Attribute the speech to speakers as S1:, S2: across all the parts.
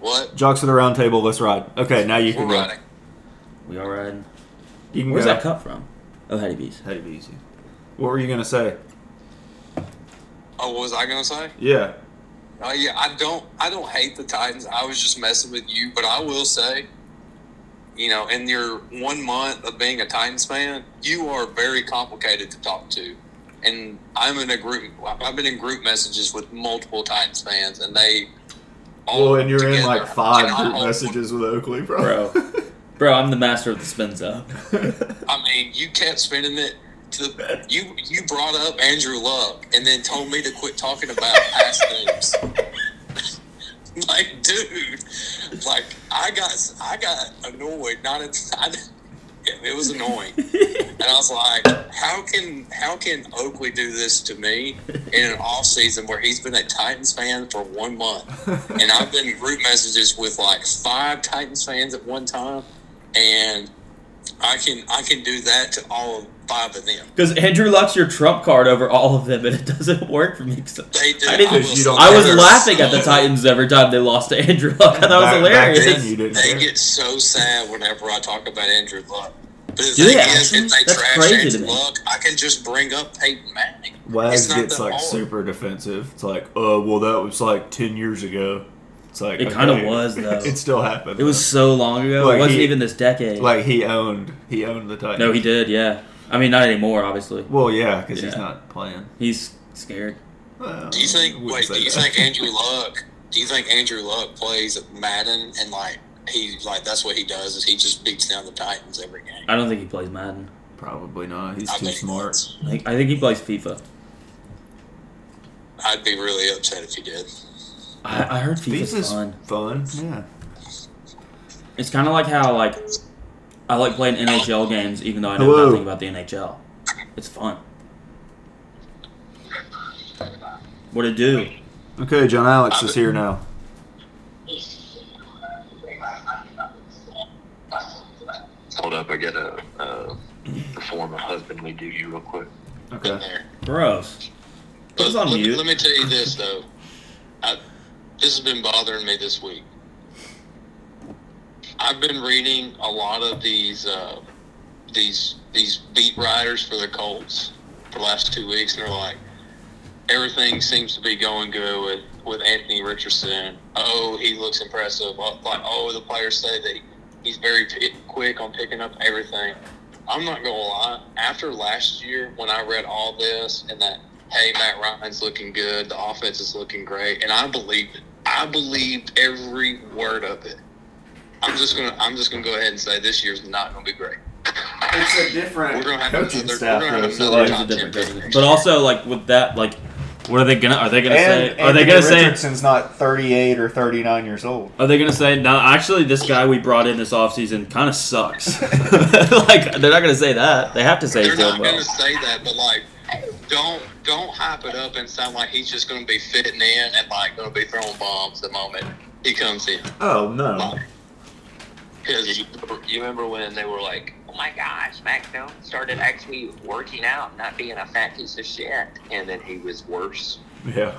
S1: What?
S2: Jocks of the round table, let's ride. Okay, now you
S1: We're
S2: can go.
S1: riding.
S3: We all riding.
S2: You can
S3: Where's
S2: go.
S3: that cut from? Oh, Hattie B's.
S2: That'd be easy. What were you gonna say?
S1: Oh, what was I gonna say?
S2: Yeah.
S1: Oh yeah, I don't I don't hate the Titans. I was just messing with you, but I will say, you know, in your one month of being a Titans fan, you are very complicated to talk to. And I'm in a group. I've been in group messages with multiple Titans fans, and they. all
S2: Well, and you're in
S1: together
S2: like five
S1: cannot
S2: group
S1: hold-
S2: messages with Oakley, bro.
S3: Bro. Bro, I'm the master of the spin zone.
S1: I mean, you kept spinning it to the, you. You brought up Andrew Luck and then told me to quit talking about past names. like, dude, like I got I got annoyed. Not at, I, it was annoying, and I was like, how can how can Oakley do this to me in an off season where he's been a Titans fan for one month, and I've been in group messages with like five Titans fans at one time, and I can I can do that to all five of them.
S3: Because Andrew Luck's your trump card over all of them, and it doesn't work for me. 'cause
S1: They do.
S3: I didn't.
S2: you don't
S3: I was
S2: care.
S3: laughing at the Titans every time they lost to Andrew Luck. I thought it was
S2: Back- Back
S3: hilarious.
S2: then you didn't
S1: They
S2: care.
S1: get so sad whenever I talk about Andrew Luck. But the
S3: Do
S1: thing
S3: they
S1: is,
S3: actually?
S1: if they
S3: That's
S1: trash
S3: crazy to
S1: Andrew
S3: me.
S1: Luck, I can just bring up Peyton Manning.
S2: Wags
S1: It's not
S2: gets
S1: that
S2: like
S1: hard.
S2: super defensive. It's like, uh, well, that was like ten years ago. It's like
S3: It
S2: okay.
S3: kinda was, though.
S2: it still happened.
S3: It was so long ago.
S2: Like,
S3: it wasn't
S2: he-
S3: even this decade.
S2: though. like he owned he owned the Titans.
S3: no, he did. Yeah. I mean, not anymore. Obviously,
S2: Well, yeah, because he's
S3: Yeah.
S2: not playing.
S3: he's scared.
S2: Well,
S1: Do you
S2: I
S1: think?
S2: wouldn't
S1: Wait,
S2: say
S1: do you
S2: that.
S1: think Andrew Luck? Do you think Andrew Luck plays Madden and like he like that's what he does is he just beats down the Titans every game?
S3: I don't think he plays Madden.
S2: Probably not. He's
S1: I
S2: too
S1: think
S2: smart.
S1: that's-
S3: I think, I think he plays FIFA.
S1: I'd be really upset if he did.
S3: I, I heard FIFA's
S2: FIFA's
S3: fun.
S2: fun. Yeah.
S3: It's kind of like how like I like playing NHL games, even though I know
S2: Hello.
S3: nothing about the NHL. It's fun. What it do?
S2: Okay, John Alex is here now.
S4: Hold up, I gotta uh, perform a husbandly duty real quick.
S2: Okay.
S1: In there.
S3: Gross. Put us
S1: Let-
S3: on
S1: let,
S3: mute.
S1: Let me tell you this though, I, this has been bothering me this week. I've been reading a lot of these uh, these these beat writers for the Colts for the last two weeks, and they're like, everything seems to be going good with with Anthony Richardson. Oh, he looks impressive. Oh, Like, oh, the players say that he's very p- quick on picking up everything. I'm not gonna lie. After last year, when I read all this and that, hey, Matt Ryan's looking good, the offense is looking great, and I believed it. I believed every word of it. I'm just gonna I'm just gonna go ahead and say this year's not gonna be great.
S2: It's a different
S1: We're gonna have
S2: coaching
S1: another-
S2: staff,
S1: we're gonna
S2: though,
S1: have
S2: so
S1: another
S2: like,
S3: There's a
S1: top
S3: different
S1: ten pick
S3: difference.
S1: next
S3: But
S1: year.
S3: also like with that, like what are they gonna are they gonna
S2: and
S3: say are they
S2: Anthony
S3: gonna say
S2: Richardson's not 38 or 39 years old.
S3: Are they gonna say no? Actually, this guy we brought in this offseason kind of sucks. like they're not gonna say that. They have to say he's
S1: They're
S3: doing
S1: not
S3: well.
S1: gonna say that, but like, don't don't hype it up and sound like he's just gonna be fitting in and like gonna be throwing bombs the moment he comes in.
S2: Oh no.
S1: Like, because
S4: You, you remember when they were like, "Oh my gosh, Mac Jones started actually working out, not being a fat piece of shit," and then he was worse.
S2: Yeah.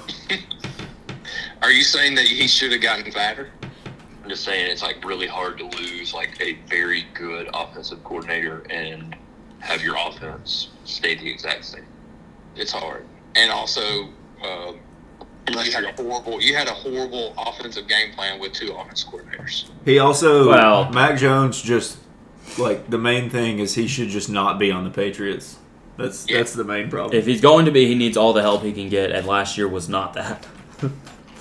S1: are you saying that he should have gotten fatter?
S4: I'm just saying it's like really hard to lose like a very good offensive coordinator and have your offense stay the exact same.
S1: It's hard, and also. Um, you had a horrible. You had a horrible offensive game plan with two offense coordinators.
S2: He also
S3: Well-
S2: Mac Jones just like the main thing is he should just not be on the Patriots. That's
S1: Yeah.
S2: that's the main problem.
S3: If he's going to be, he needs all the help he can get, and last year was not that.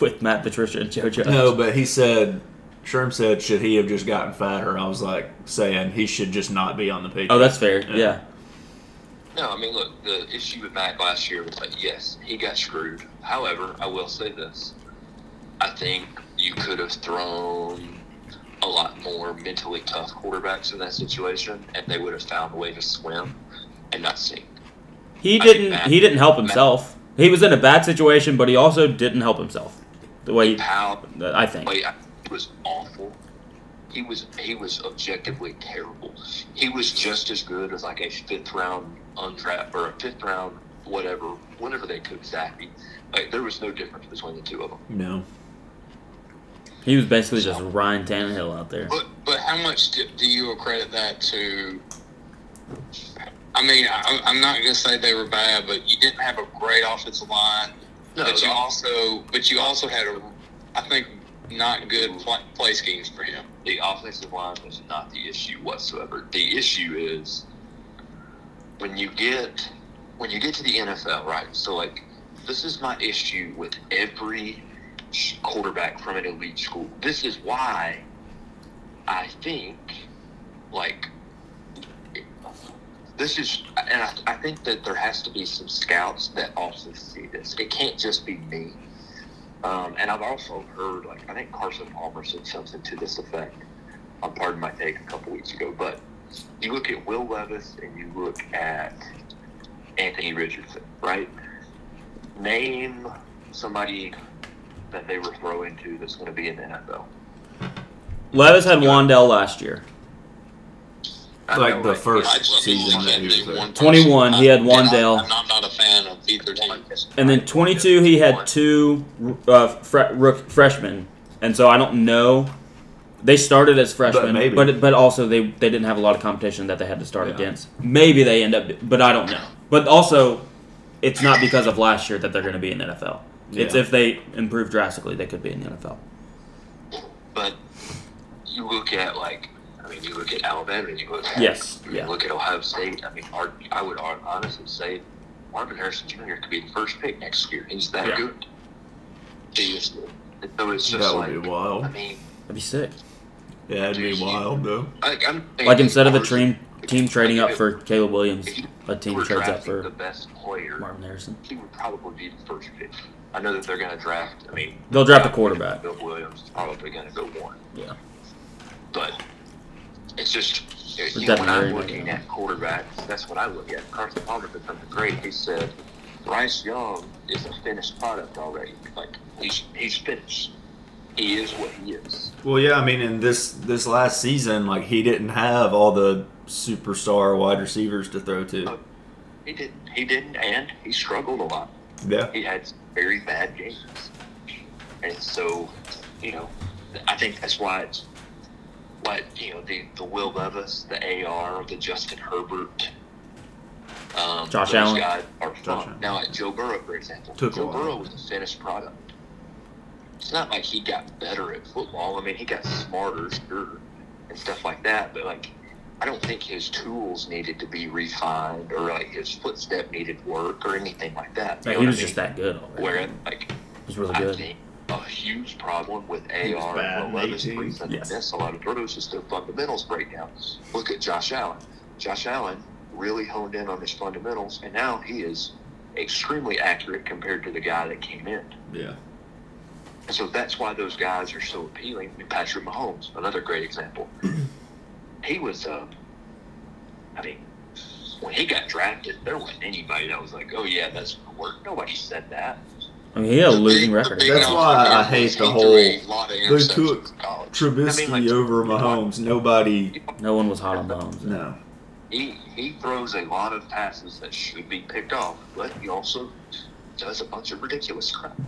S3: With Matt Patricia and JoJo.
S2: no, but he said Sherm said should he have just gotten fatter? I was like saying he should just not be on the Patriots.
S3: Oh, that's fair. Yeah.
S4: No, I mean, look, the issue with Mac last year was like, yes, he got screwed. However, I will say this. I think you could have thrown a lot more mentally tough quarterbacks in that situation, and they would have found a way to swim and not sink.
S3: He
S4: I think
S3: didn't.
S4: Matt-
S3: He didn't help
S4: Matt-
S3: himself. He was in a bad situation, but he also didn't help himself. The way he,
S4: How
S3: I think.
S4: Wait, I- it was awful. He was he was objectively terrible. He was just as good as like a fifth round undraft or a fifth round whatever whenever they took Zappy. Like there was no difference between the two of them.
S2: no.
S3: He was basically just Ryan Tannehill out there.
S4: But but how much do, do you accredit that to? I mean, I, I'm not gonna say they were bad, but you didn't have a great offensive line.
S1: No,
S4: but you
S1: the-
S4: also but you also had a, I think, not good play, play schemes for him.
S1: the offensive line was not the issue whatsoever. The issue is when you get when you get to the NFL, right? So like this is my issue with every quarterback from an elite school. This is why I think like this is and I, I think that there has to be some scouts that also see this. It can't just be me. Um, and I've also heard, like, I think Carson Palmer said something to this effect. Um, pardon my take a couple weeks ago, but you look at Will Levis and you look at Anthony Richardson, right? Name somebody that they were throwing to that's going to be in the NFL.
S3: Levis had Wandell last year.
S1: I
S2: Like
S1: know,
S2: the first
S4: I just
S2: season that
S4: can't
S2: he
S4: name
S2: was there.
S4: one person.
S3: 21, he had
S4: I-
S3: one
S4: and I-
S3: Dell.
S4: and I'm not a fan of either team.
S3: And then 22, he had two uh, fre- rook freshmen. And so I don't know. They started as freshmen, but
S2: maybe.
S3: but, also they, they didn't have a lot of competition that they had to start
S2: Yeah.
S3: against. Maybe they end up, but I don't know. But also, it's not because of last year that they're going to be in the NFL. It's
S2: Yeah.
S3: if they improve drastically, they could be in the NFL.
S1: But you look at like, I mean, you look at Alabama, and you look at
S3: Yes,
S1: you
S3: yeah.
S1: look at Ohio State. I mean, Ar- I would ar- honestly say Marvin Harrison Jr. could be the first pick next year. He's that
S3: Yeah.
S1: good. He is. So it's just
S2: That would
S1: like,
S2: be
S1: I
S2: wild.
S1: mean,
S3: That'd be sick.
S2: Yeah, it'd be wild though.
S1: like I'm thinking
S3: Like instead of a
S1: Marvin-
S3: team team trading up
S1: if-
S3: for Caleb Williams,
S1: if you
S3: a team
S1: were
S3: trades up
S1: drafting the
S3: for
S1: best player.
S3: Marvin Harrison.
S1: He would probably be the first pick. I know that they're going to draft. I mean,
S3: They'll draft a quarterback.
S1: Bill Williams is probably going to go one.
S3: Yeah.
S1: but it's just you know,
S3: doesn't
S1: when
S3: really
S1: I'm
S3: matter.
S1: looking at quarterbacks, that's what I look at. Carson Palmer did something great. He said Bryce Young is a finished product already. Like he's he's finished. He is what he is.
S2: Well, yeah, I mean, in this this last season, like he didn't have all the superstar wide receivers to throw to.
S1: He didn't he didn't and he struggled a lot.
S2: Yeah,
S1: He had very bad games. And so, you know, I think that's why it's what you know, the, the Will Levis, the AR, the Justin Herbert, um,
S3: Josh
S1: those
S3: Allen.
S1: guys are fun.
S2: Josh Allen.
S1: Now, like Joe Burrow, for example,
S2: Took a
S1: Joe
S2: while.
S1: Burrow was a finished product. It's not like he got better at football. I mean, he got smarter sure, and stuff like that. But like, I don't think his tools needed to be refined or like his footstep needed work or anything like that. You
S3: Like,
S1: know what
S3: he was
S1: I
S3: just
S1: mean?
S3: that good already.
S1: Where like
S3: He was really
S1: I
S3: good.
S1: think a huge problem with
S2: He was
S1: AR
S2: bad in
S1: and Levis
S2: 18.
S1: reason
S3: Yes.
S1: yes. miss a lot of throws is their fundamentals breakdown. Look at Josh Allen. Josh Allen really honed in on his fundamentals, and now he is extremely accurate compared to the guy that came in.
S2: yeah.
S1: And so that's why those guys are so appealing. I mean, Patrick Mahomes, another great example. he was, uh, I mean, when he got drafted, there wasn't anybody that was like, oh, yeah, that's going to work. Nobody said that.
S3: I mean, he had a
S4: The big-
S3: losing
S4: the
S3: record.
S4: big
S2: That's
S4: knock
S2: why
S4: on
S2: I
S4: him
S2: hate
S4: was
S2: the
S4: he
S2: whole-
S4: threw a lot of
S2: those two-
S4: interceptions in college.
S2: Trubisky
S1: I mean, like-
S2: over Mahomes. Nobody.
S3: No one was hot on Mahomes.
S2: No.
S1: he he throws a lot of passes that should be picked off, but he also does a bunch of ridiculous crap.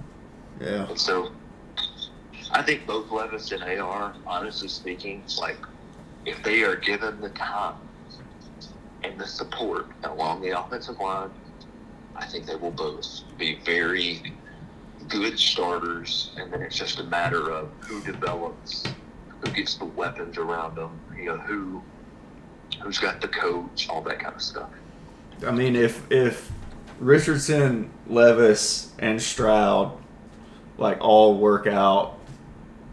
S2: Yeah.
S1: And so, I think both Levis and AR, honestly speaking, like if they are given the time and the support along the offensive line, I think they will both be very good starters. And then it's just a matter of who develops, who gets the weapons around them, you know, who who's got the coach, all that kind of stuff.
S2: I mean, if if Richardson, Levis, and Stroud like all work out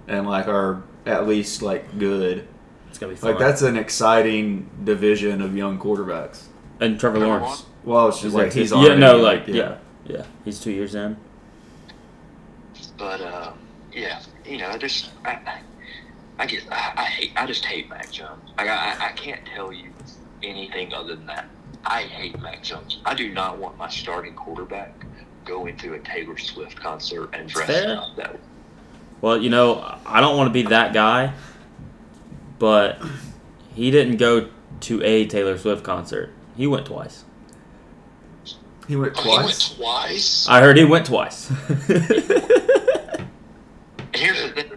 S2: and like are at least like good,
S3: It's gonna be fun.
S2: like that's an exciting division of young quarterbacks.
S3: and Trevor
S1: Number
S3: Lawrence.
S2: Well, it's just like
S3: two-
S2: he's
S3: yeah,
S2: already
S3: no, like yeah. yeah, He's two years in.
S1: But uh, yeah, you know, I just I, I, I get I, I hate I just hate Mac Jones. Like I, I I can't tell you anything other than that. I hate Mac Jones. I do not want my starting quarterback going to a Taylor Swift concert and dressing
S3: Fair.
S1: up that way.
S3: Well, you know, I don't want to be that guy, but he didn't go to a Taylor Swift concert. He went twice.
S2: He went
S4: Oh, he went
S2: twice.
S4: twice.
S3: I heard he went twice.
S1: And Here's the thing: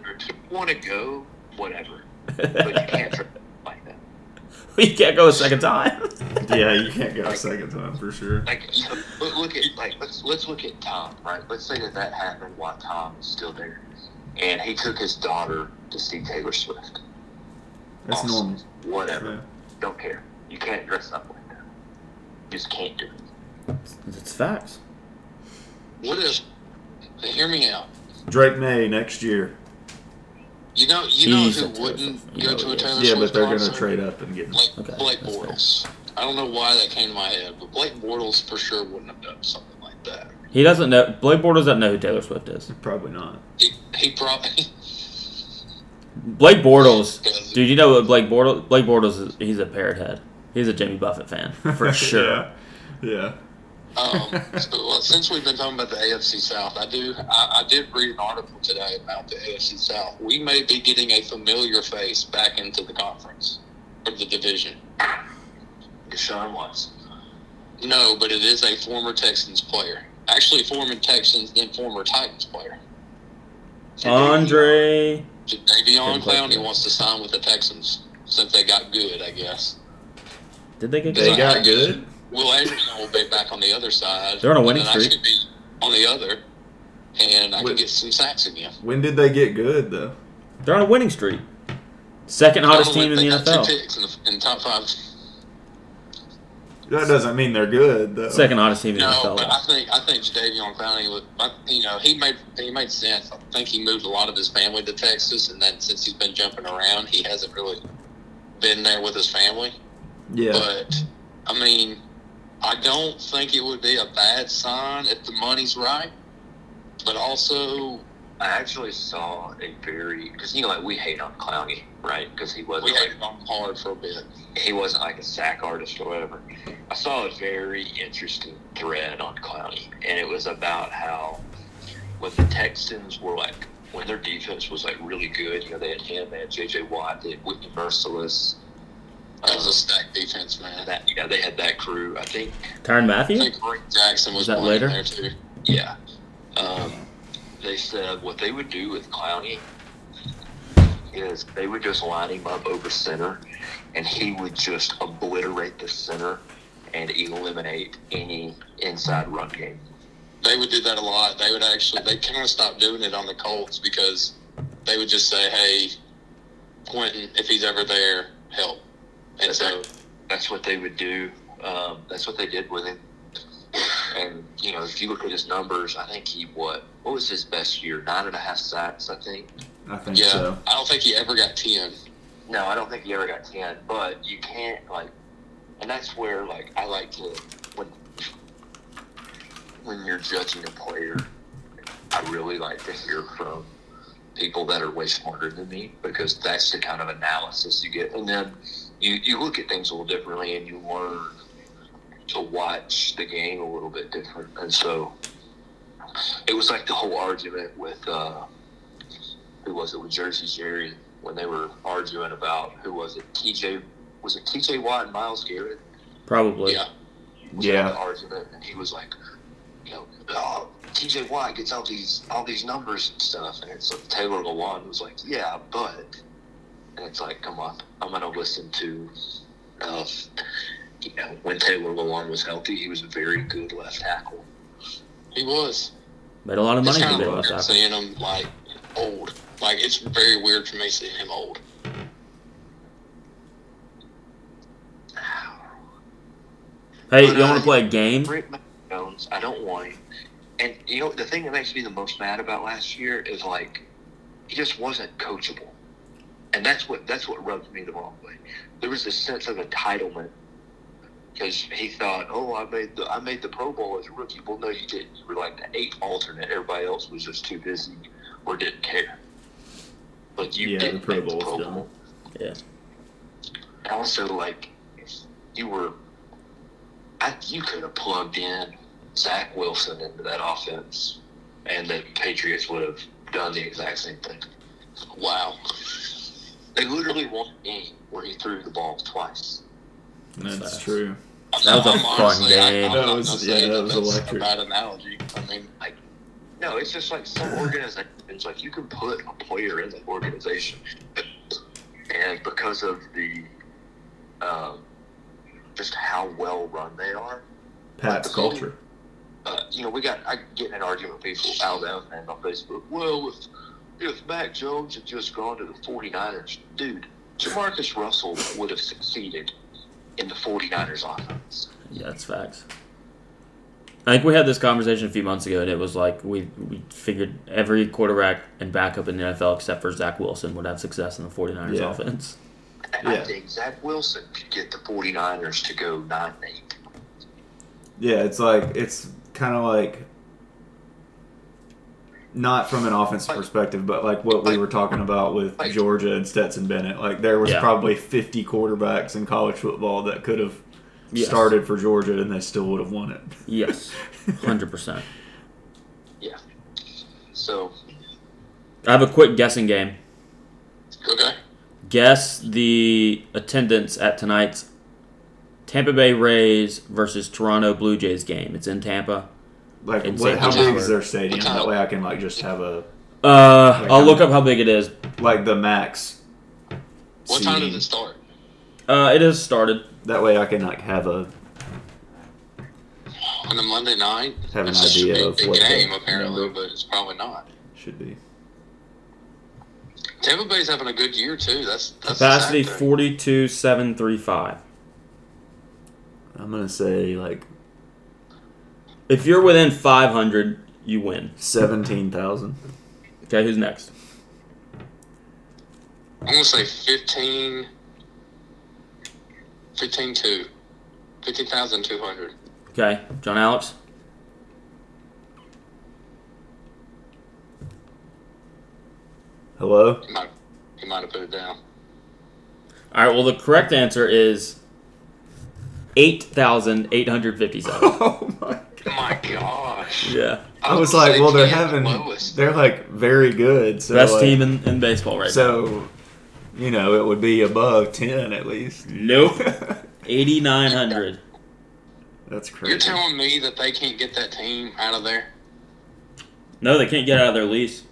S1: want to go, whatever. But you can't trip like that.
S3: you can't go a second time.
S2: yeah, you can't go a second time for sure.
S1: Like, so, but look at like let's let's look at Tom, right? Let's say that that happened while Tom was still there, and he took his daughter to see Taylor Swift.
S2: That's
S1: Awesome.
S2: normal.
S1: Whatever.
S2: Yeah.
S1: Don't care. You can't dress up like that. You just can't do it.
S3: it's facts.
S4: What if? Hear me out.
S2: Drake May next year.
S4: You know, you
S3: He's
S4: know
S3: a Taylor
S4: who
S3: Swift.
S4: wouldn't
S3: You
S4: go
S3: know
S4: to
S3: he
S4: a
S3: is.
S4: Taylor
S2: Yeah,
S4: Swift
S2: but they're
S4: concert?
S2: gonna trade up and get.
S4: Like
S3: Okay,
S4: Blake
S3: that's fair.
S4: Bortles. I don't know why that came to my head, but Blake Bortles for sure wouldn't have done something like that.
S3: He doesn't know. Blake Bortles doesn't know who Taylor Swift is.
S2: Probably not.
S4: He, he probably.
S3: Blake Bortles,
S4: Doesn't.
S3: dude. You know what Blake Bortles? Blake Bortles is he's a parrot head. He's a Jimmy Buffett fan for sure.
S2: yeah.
S4: Um, so, well, since we've been talking about the AFC South, I do I, I did read an article today about the AFC South. We may be getting a familiar face back into the conference or the division.
S1: Deshaun Watson.
S4: No, but it is a former Texans player. Actually, former Texans, then former Titans player.
S3: Andre,
S4: Davion
S3: Good question.
S4: Clowney wants to sign with the Texans since they got good, I guess.
S3: did they get?
S4: They
S3: They
S4: got good? Will Anderson will be back on the other side.
S3: They're on a winning
S4: and then
S3: streak.
S4: I could be on the other, and I
S2: Wait.
S4: could get some sacks again.
S2: When did they get good though?
S3: They're on a winning streak. Second hottest team in the
S4: They got Two
S3: NFL.
S4: picks in, the, in top five.
S2: That doesn't mean they're good though.
S3: Second hottest team in the
S4: No, but I
S3: NFL.
S4: think I think Jadavion Clowney was, I, you know, he made he made sense. I think he moved a lot of his family to Texas, and then since he's been jumping around, he hasn't really been there with his family.
S2: Yeah.
S4: But I mean, I don't think it would be a bad sign if the money's right. But also,
S1: I actually saw a very because you know like we hate on Clowney, right? Because he
S4: we
S1: wasn't like,
S4: hated on him hard for a bit.
S1: he wasn't like a sack artist or whatever. I saw a very interesting thread on Clowney, and it was about how when the Texans were like when their defense was like really good, you know, they had him, they had J.J. Watt, they had Whitney Merciless.
S4: That was
S1: Um,
S4: a stacked defense, man.
S1: that you know they had that crew. I think Hmm.
S3: Tyron
S4: I
S3: Matthew.
S4: think Rick Jackson was
S3: Is that
S4: playing
S3: later?
S4: there too.
S1: yeah. Um, they said what they would do with Clowney is they would just line him up over center, and he would just obliterate the center and eliminate any inside run game.
S4: they would do that a lot. They would actually they kind of stopped doing it on the Colts because they would just say, "Hey, Quentin, if he's ever there, help." And so
S1: That's what they would do. Um, that's what they did with him. And you know, if you look at his numbers, I think he what what was his best year? Nine and a half sacks, I think.
S2: I think
S4: yeah,
S2: so.
S4: I don't think he ever got ten.
S1: No, I don't think he ever got ten. But you can't like, and that's where like I like to when when you're judging a player, I really like to hear from people that are way smarter than me because that's the kind of analysis you get, and then you you look at things a little differently and you learn to watch the game a little bit different, and so it was like the whole argument with. Uh, who was it with Jersey Jerry when they were arguing about who was it? TJ was it TJ Watt and Miles Garrett?
S3: Probably.
S4: yeah,
S1: Was
S2: Yeah.
S1: having the argument, and he was like, you know, oh, TJ Watt gets all these all these numbers and stuff, and it's like Taylor Lewan was like, yeah, but, and it's like, come on, I'm gonna listen to. Uh, you know, when Taylor Lewan was healthy, he was a very good left tackle.
S4: he was.
S3: Made a lot of
S4: It's
S3: money
S4: kind
S3: to be
S4: of weird
S3: left tackle.
S4: seeing him like old. Like it's very weird for me seeing him old.
S3: Hey, you want to play a game?
S1: Rick Jones, I don't want him. And you know the thing that makes me the most mad about last year is like he just wasn't coachable, and that's what that's what rubbed me the wrong way. There was this sense of entitlement because he thought, oh, I made the I made the Pro Bowl as a rookie. Well, no, you didn't. You were like the eighth alternate. Everybody else was just too busy or didn't care. But you
S2: Yeah, the
S1: didn't
S2: Pro
S1: make
S2: Bowl's
S1: the Pro
S2: dumb.
S1: Bowl.
S3: Yeah.
S1: And also, like, you were, I, you could have plugged in Zach Wilson into that offense, and the Patriots would have done the exact same thing.
S4: Wow.
S1: They literally won a game where he threw the ball twice.
S2: That's
S3: Facts.
S2: true.
S3: That was a
S4: I'm
S3: fun
S4: honestly- I-
S3: game.
S4: I'm
S2: That
S4: not
S2: was-
S4: gonna
S2: yeah,
S4: say
S2: that was
S4: that's
S2: electric.
S4: A bad analogy. I mean, No, it's just like some organizations, like you can put a player in the organization, and because of the, um, just how well run they are,
S2: Pat's culture.
S4: uh, you know, we got I get in an argument with people, Alabama fans on Facebook. Well, if if Mac Jones had just gone to the 49ers, dude, Jamarcus Russell would have succeeded in the 49ers offense.
S3: Yeah, that's facts. I think we had this conversation a few months ago, and it was like we, we figured every quarterback and backup in the NFL except for Zach Wilson would have success in the 49ers
S2: Yeah.
S3: offense.
S4: And I
S2: Yeah.
S4: think Zach Wilson could get the 49ers to go 9 8.
S2: Yeah, it's like it's kind of like not from an offensive
S4: Like-
S2: perspective, but like what we were talking about with
S4: like-
S2: Georgia and Stetson Bennett. Like there was
S3: Yeah.
S2: probably 50 quarterbacks in college football that could have
S3: Yes.
S2: started for Georgia and they still would have won it.
S3: Yes, 100%.
S4: Yeah. So,
S3: I have a quick guessing game.
S4: okay.
S3: Guess the attendance at tonight's Tampa Bay Rays versus Toronto Blue Jays game. It's in Tampa.
S2: Like
S3: It's
S2: what,
S3: like
S2: how
S4: Tyler.
S2: big is their stadium?
S4: Tyler.
S2: That way I can like just have a
S3: Uh,
S2: Like
S3: I'll
S2: how
S3: look
S2: many-
S3: up how big it is.
S2: like the max.
S4: What time does
S2: seating.
S4: it start?
S3: Uh, it has started.
S2: That way I can like have a
S4: On a Monday night?
S2: Have an
S4: It's just a
S2: idea
S4: big,
S2: of
S4: big
S2: what the
S4: game, apparently,
S2: number-
S4: but it's probably not.
S2: should be.
S4: Tampa Bay's having a good year, too. That's, that's the
S3: Capacity
S4: sad thing.
S3: 42,735.
S2: I'm gonna say like
S3: If you're within 500, you win.
S2: seventeen thousand.
S3: Okay, who's next?
S4: I'm gonna say 15, 15 15,200.
S3: Okay, John Alex.
S2: Hello.
S4: He might, he might have put it down.
S3: All right, well, the correct answer is 8,857.
S2: Oh my god.
S4: My gosh.
S3: yeah.
S2: I was like, well, they're having,
S4: having Lowest.
S2: they're like very good. So
S3: Best
S2: like-
S3: team in, in baseball right now.
S2: So, you know, it would be above ten at least.
S3: Nope. 8,900.
S2: That's
S4: You're
S2: crazy.
S4: telling me that they can't get that team out of there?
S3: No, they can't get out of their lease.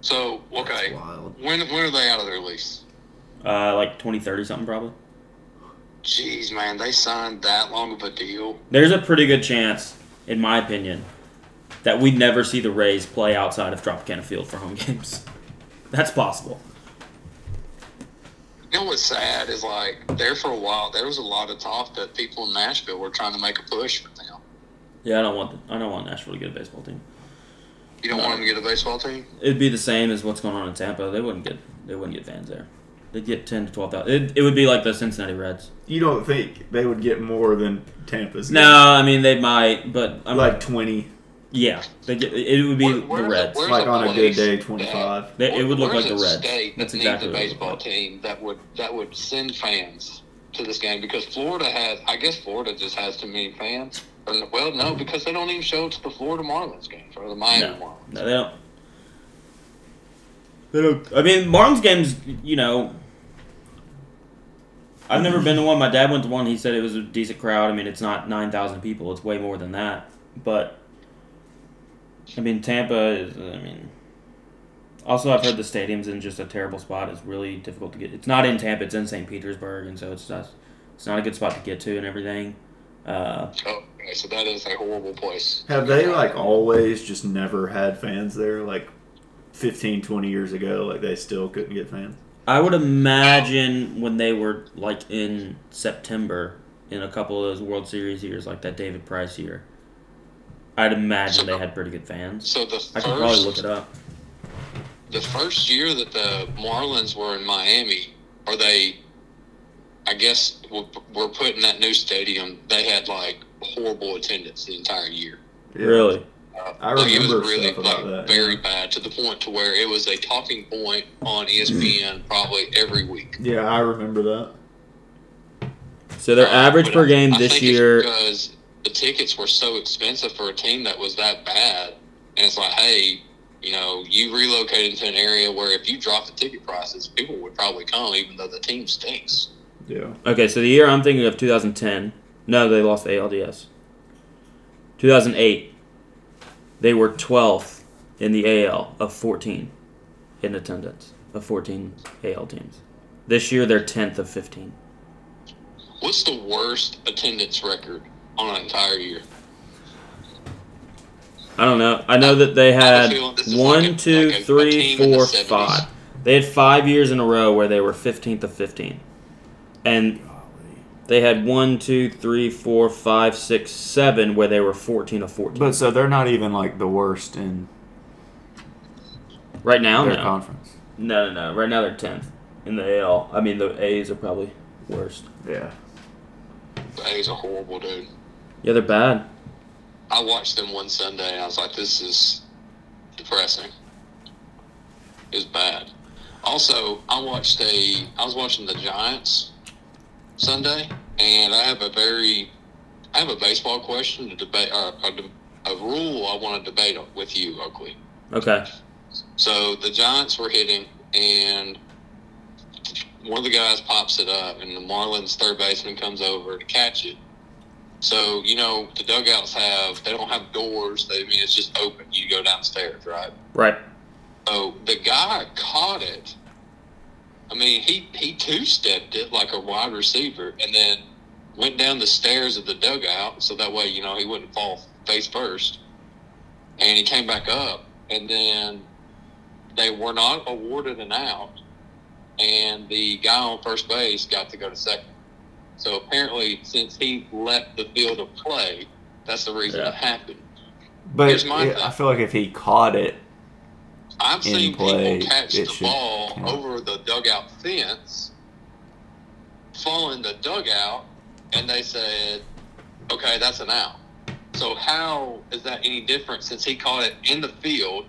S4: So,
S2: That's
S4: okay.
S2: wild.
S4: When, when are they out of their lease?
S3: Uh, like 2030 something, probably.
S4: Jeez, man, they signed that long of a deal.
S3: There's a pretty good chance, in my opinion, that we never see the Rays play outside of Tropicana Field for home games. That's possible.
S4: You know what's sad is like there for a while there was a lot of talk that people in Nashville were trying to make a push for them.
S3: Yeah, I don't want I don't want Nashville to get a baseball team.
S4: You don't want them to get a baseball team?
S3: It'd be the same as what's going on in Tampa. They wouldn't get they wouldn't get fans there. They'd get ten to twelve thousand. It, it would be like the Cincinnati Reds.
S2: You don't think they would get more than Tampa's?
S3: No, I mean they might, but I'm
S2: like twenty,
S3: yeah, they get, it would be the
S4: Where- where's the-
S3: Reds.
S4: where's- There's
S2: like
S4: a
S2: on a good
S4: place
S2: day,
S4: that-
S2: twenty-five.
S3: They- it would look
S4: Where's
S3: like the
S4: a
S3: Reds.
S4: State
S3: That's
S4: that
S3: exactly
S4: needs
S3: what it would look
S4: a baseball
S3: like.
S4: team that would that would send fans to this game because Florida has. I guess Florida just has too many fans. Or- Well, no, because they don't even show it to the Florida Marlins games or the Miami
S3: No,
S4: Marlins.
S3: no, they don't. They don't. I mean, Marlins games, you know. I've never been to one. My dad went to one. He said it was a decent crowd. I mean, it's not nine thousand people. It's way more than that. But I mean, Tampa is. I mean, also I've heard the stadium's in just a terrible spot. It's really difficult to get. It's not in Tampa. It's in St. Petersburg, and so it's not. It's not a good spot to get to and everything. Uh,
S4: Oh, okay, so that is a horrible place.
S2: Have they like always just never had fans there? Like 15, 20 years ago, like they still couldn't get fans.
S3: I would imagine when they were like in September in a couple of those World Series years, like that David Price year. I'd imagine they had pretty good fans.
S4: So the
S3: I could probably look
S4: first
S3: it up.
S4: the first year that the Marlins were in Miami, or they, I guess, were, were put in that new stadium. They had like horrible attendance the entire year.
S2: Yeah.
S3: Really?
S2: I
S4: Like,
S2: remember
S4: it was really
S2: stuff about that,
S4: like, very bad to the point to where it was a talking point on E ESPN probably every week.
S2: Yeah, I remember that.
S3: So their
S4: Uh,
S3: average
S4: but
S3: per
S4: I-
S3: game
S4: I
S3: this
S4: think it's
S3: year.
S4: because the tickets were so expensive for a team that was that bad, and it's like, hey, you know, you relocated to an area where if you drop the ticket prices, people would probably come, even though the team stinks.
S2: Yeah.
S3: Okay, so the year I'm thinking of 2010. No, they lost the ALDS. 2008. They were 12th in the AL of 14 in attendance of 14 AL teams. This year they're 10th of 15.
S4: What's the worst attendance record on an entire year?
S3: I don't know. I know that they had
S4: feel this is like
S3: one,
S4: a-
S3: two,
S4: like a- a
S3: three,
S4: team in the
S3: four,
S4: 70s.
S3: five. They had five years in a row where they were 15th of 15. And they had one, two, three, four, five, six, seven where they were 14 of 14.
S2: But so they're not even like the worst in
S3: right now,
S2: their
S3: Oh, no.
S2: conference.
S3: No, no, no. Right now they're 10th in the AL. I mean, the A's are probably worst.
S2: Yeah.
S4: That is a horrible dude.
S3: Yeah, they're bad.
S4: I watched them one Sunday and I was like, this is depressing. It's bad. Also, I watched a I was watching the Giants Sunday and I have a very I have a baseball question to debate or a, de- a rule I want to debate with you, Oakley.
S3: Okay.
S4: So the Giants were hitting, and one of the guys pops it up, and the Marlins third baseman comes over to catch it. So you know the dugouts have they don't have doors. They I mean it's just open. You go downstairs, right?
S3: Right.
S4: So the guy caught it. I mean he he two stepped it like a wide receiver, and then went down the stairs of the dugout so that way you know he wouldn't fall face first. And he came back up, and then they were not awarded an out, and the guy on first base got to go to second. So apparently, since he left the field of play, that's the reason
S3: Yeah.
S4: it happened.
S2: But
S4: Here's my
S2: it-
S4: thing.
S2: I feel like if he caught it,
S4: I've
S2: in
S4: seen
S2: play,
S4: people catch
S2: it
S4: the
S2: should
S4: ball
S2: count.
S4: over the dugout fence, fall in the dugout, and they said, okay, that's an out. So, how is that any different since he caught it in the field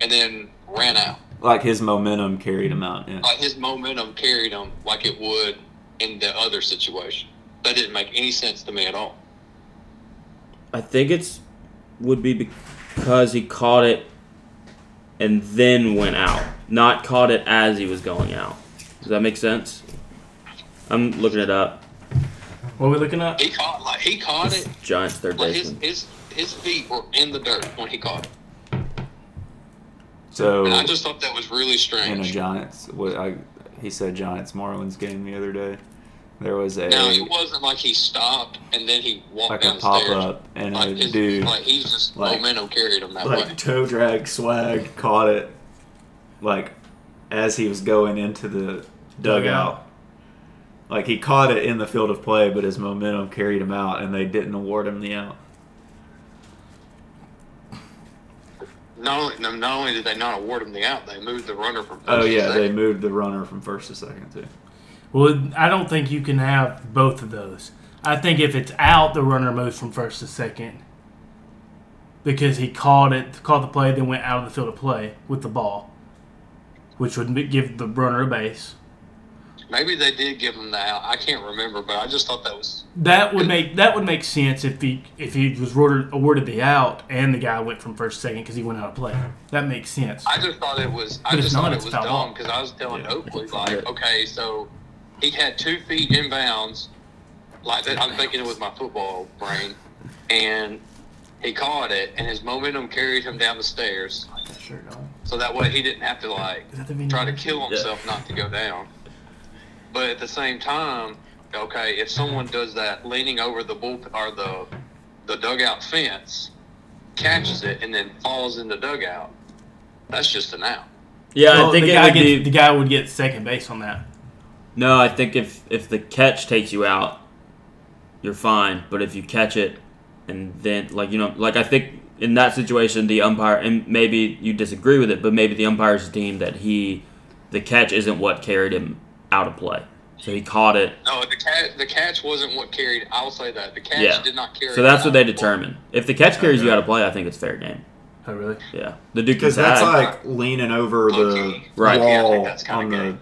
S4: and then ran out?
S2: like his momentum carried him out. Yeah.
S4: Like his momentum carried him like it would in the other situation. That didn't make any sense to me at all.
S3: I think it's would be because he caught it and then went out, not caught it as he was going out. Does that make sense? I'm looking it up.
S5: What are we looking at?
S4: He caught like he caught it.
S3: Giants third
S4: Like his,
S3: baseman.
S4: his his feet were in the dirt when he caught it.
S2: So
S4: And I just thought that was really strange.
S2: in a Giants, what I he said Giants Marlins game the other day, there was a
S4: No, it wasn't like he stopped and then he walked
S2: like a
S4: downstairs.
S2: pop up and
S4: Like,
S2: a
S4: his,
S2: dude
S4: like he's just
S2: like-
S4: momentum carried him that way.
S2: like toe drag swag caught it like as he was going into the dugout. Like he caught it in the field of play, but his momentum carried him out, and they didn't award him the out.
S4: Not only, not only did they not award him the out, they moved the runner from.
S2: Oh
S4: first to
S2: yeah, they
S4: second.
S2: moved the runner from first to second too.
S5: Well, I don't think you can have both of those. I think if it's out, the runner moves from first to second because he called it, caught the play, then went out of the field of play with the ball, which would be- give the runner a base.
S4: Maybe they did give him the out. I can't remember, but I just thought that was
S5: That would make that would make sense if he if he was awarded, awarded the out and the guy went from first to second because he went out of play. That makes sense.
S4: I just thought it was. I
S5: But it's
S4: just
S5: not,
S4: thought
S5: it's
S4: it was
S5: foul ball.
S4: dumb because I was telling Oakley like,
S3: forget.
S4: okay, so he had two feet inbounds. Like that, I'm thinking it with my football brain, and he caught it, and his momentum carried him down the stairs,
S5: Sure don't.
S4: so that way he didn't have to like
S5: Is that the
S4: try to
S5: video?
S4: kill himself not to go down. But at the same time, okay, if someone does that leaning over the bull or the the dugout fence, catches it and then falls in the dugout, that's just an out.
S3: Yeah,
S5: Well,
S3: I think
S5: Oh, the
S3: it
S5: guy
S3: would
S5: gets,
S3: be.
S5: the guy would get second base on that.
S3: No, I think if if the catch takes you out, you're fine. But if you catch it and then like you know like I think in that situation the umpire and maybe you disagree with it, but maybe the umpire's deemed that he the catch isn't what carried him out of play. So he caught it.
S4: No, the catch the catch wasn't what carried. I'll say that the catch
S3: Yeah.
S4: did not carry.
S3: So that's what they
S4: out.
S3: determine. If the catch carries you out of play, I think it's fair game.
S5: Oh really?
S3: Yeah. The Duke can
S2: Because that's
S3: tag.
S2: like leaning over the
S4: Okay.
S3: Right.
S2: wall
S4: Yeah, I think that's kinda
S2: on the
S4: gay.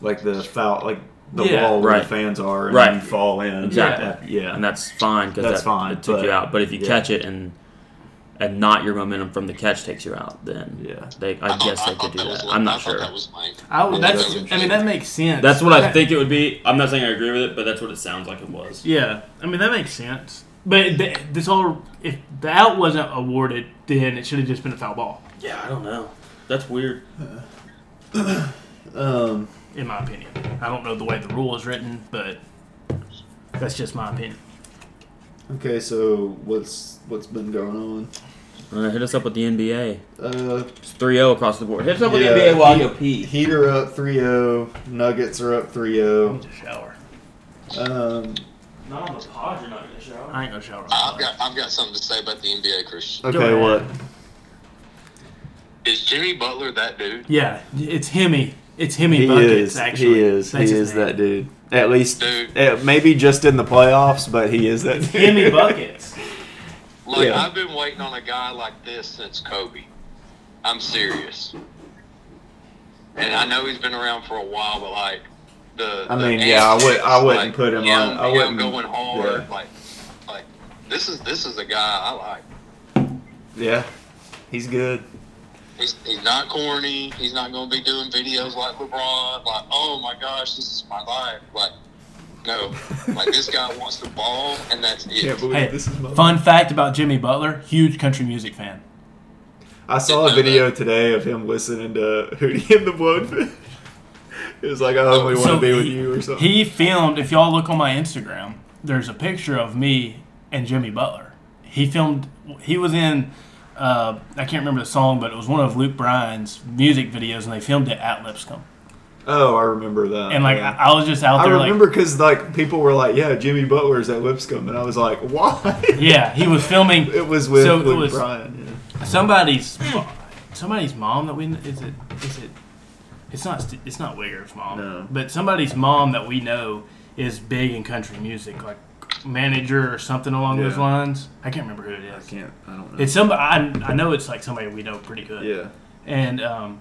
S2: like the foul like the
S5: Yeah.
S2: wall where
S3: Right.
S2: the fans are and
S3: Right.
S2: you fall in.
S3: Exactly.
S2: Yeah.
S3: and that's fine because
S2: That's
S3: that,
S2: fine,
S3: it took
S2: but-
S3: you out. But if you
S2: yeah.
S3: catch it and and not your momentum from the catch takes you out, then
S2: Yeah.
S3: they I,
S4: thought-
S3: guess they
S4: thought
S3: could do
S4: was
S3: that.
S4: lame.
S3: I'm
S4: I
S3: not
S4: thought
S3: sure.
S4: That was lame.
S5: I would-
S2: Yeah,
S5: that's
S2: that's
S5: I mean that makes sense.
S3: That's what I
S5: That-
S3: think it would be. I'm not saying I agree with it, but that's what it sounds like it was.
S5: Yeah, I mean that makes sense. But th- this all if the out wasn't awarded, then it should have just been a foul ball,
S3: Yeah, I don't know. That's weird.
S2: Um,
S5: in my opinion. I don't know the way the rule is written, but that's just my opinion.
S2: okay, so what's what's been going on?
S3: Uh, hit us up with the NBA.
S2: Uh,
S3: It's 3 0 across the board. Hit us up with
S2: Yeah,
S3: the NBA while
S2: he-
S3: you pee.
S2: Heat are up 3-0. Nuggets are up 3-0.
S5: Shower.
S2: Um,
S3: Not on the pod, you're not going to show.
S5: I ain't gonna shower.
S4: I've got I've got something to say about the NBA, Christian.
S2: okay, what?
S4: Is Jimmy Butler that dude?
S5: Yeah, it's Hemi. It's Hemi
S2: He
S5: Buckets.
S2: is.
S5: Actually,
S2: He is.
S5: That's
S2: he
S5: his
S2: is
S5: name.
S2: that dude. At least,
S4: Dude.
S2: eh, maybe just in the playoffs, but he is that dude.
S5: Hemi Buckets.
S4: Like
S2: Yeah.
S4: I've been waiting on a guy like this since Kobe. I'm serious. And I know he's been around for a while, but like the
S2: I
S4: the
S2: mean, yeah, I would- I wouldn't
S4: like,
S2: put him
S4: him-
S2: on- I
S4: him
S2: wouldn't-
S4: going hard.
S2: yeah.
S4: Like like this is this is a guy I like.
S2: yeah, he's good.
S4: He's, he's not corny. He's not going to be doing videos like LeBron. Like, oh my gosh, this is my life. Like, no. Like, this guy wants the ball, and that's it.
S2: believe
S5: Hey,
S2: this is my.
S5: Fun fact about Jimmy Butler: huge country music fan.
S2: I saw a video today of him listening to Hootie and the Blowfish. It was like, I only want to
S5: So
S2: be with
S5: he-
S2: you or something.
S5: He filmed. If y'all look on my Instagram, there's a picture of me and Jimmy Butler. He filmed. He was in. Uh, I can't remember the song, but it was one of Luke Bryan's music videos, and they filmed it at Lipscomb.
S2: oh, I remember that.
S5: And like
S2: yeah.
S5: I, I was just out
S2: I
S5: there,
S2: remember because like people were like, "Yeah, Jimmy Butler's at Lipscomb," and I was like, "Why?"
S5: like yeah, he was filming
S2: it was with
S5: So it
S2: Luke
S5: was-
S2: Bryan. Yeah.
S5: somebody's somebody's mom that we is it is it it's not St- it's not Wigger's mom,
S2: No.
S5: but somebody's mom that we know is big in country music, like manager or something along those
S2: Yeah.
S5: lines. I can't remember who it is.
S2: Can't. I don't know.
S5: It's somebody I, I know it's like somebody we know pretty good.
S2: yeah.
S5: And um,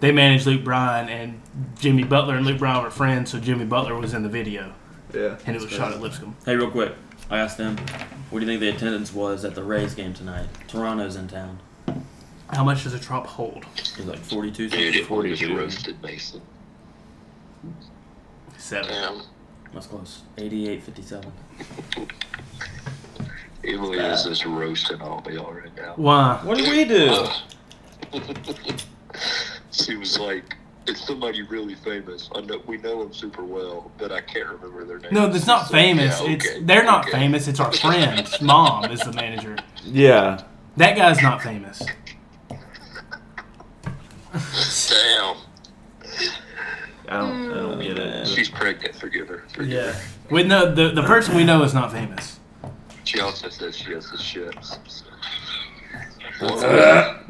S5: they managed Luke Bryan and Jimmy Butler and Luke Bryan were friends, so Jimmy Butler was in the video
S2: Yeah.
S5: and it was shot at Lipscomb.
S3: Hey, real quick. I asked them, what do you think the attendance was at the Rays game tonight? Toronto's in town.
S5: How much does a trop hold?
S3: It was like 42,
S4: Dude, it was
S2: 42.
S4: roasted, Mason.
S5: Seven.
S4: Damn.
S3: That's close. 88, 57.
S4: It really is just roasting all of y'all right now.
S5: Why?
S3: What do we do?
S4: she was like, it's somebody really famous. I know, we know them super well, but I can't remember their name.
S5: No, that's not
S4: She said,
S5: famous.
S4: "Yeah, okay,
S5: it's they're not
S4: okay."
S5: famous. It's our friend's mom is the manager.
S2: Yeah.
S5: That guy's not famous.
S4: Damn.
S2: I don't. I don't get it.
S3: Mm.
S4: She's pregnant. Forgive her. Forgive her.
S5: We know the the person we know is not famous.
S4: She also says she has the shits.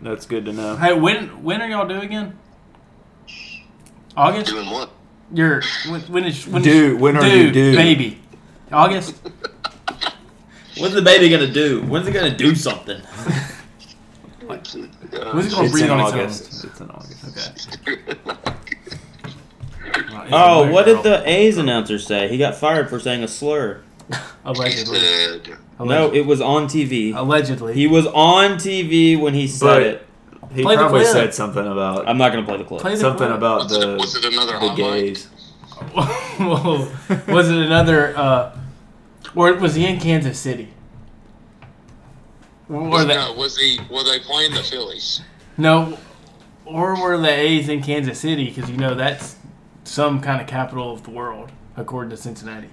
S2: That's good to know.
S5: Hey, when when are y'all due again? August.
S4: Doing what?
S5: You're when, when is when is-
S2: Dude, when are you due?
S5: Baby, August.
S3: What's the baby gonna do? When's it gonna do something?
S4: uh,
S5: When's it gonna
S2: It's
S5: breathe
S2: in
S5: on
S2: August. It's in August.
S5: its own? Okay.
S3: Oh, what did the A's announcer say? He got fired for saying a slur.
S4: He
S5: allegedly?
S4: said,
S3: No, it was on TV.
S5: allegedly.
S3: He was on TV when he said
S2: But-
S3: it.
S2: He
S5: Play the
S2: probably
S5: clip.
S2: said something about
S3: I'm not gonna play the clip.
S5: Play the
S2: something
S5: clip.
S2: about
S4: was it, was
S2: the
S4: it another
S2: the
S4: highlight?
S2: gays.
S5: Whoa. was it another? Uh, or was he in Kansas City? Or
S4: Was,
S5: the,
S4: no, was he? Were they playing the Phillies?
S5: no, or were the A's in Kansas City? Because you know that's some kind of capital of the world, according to Cincinnati.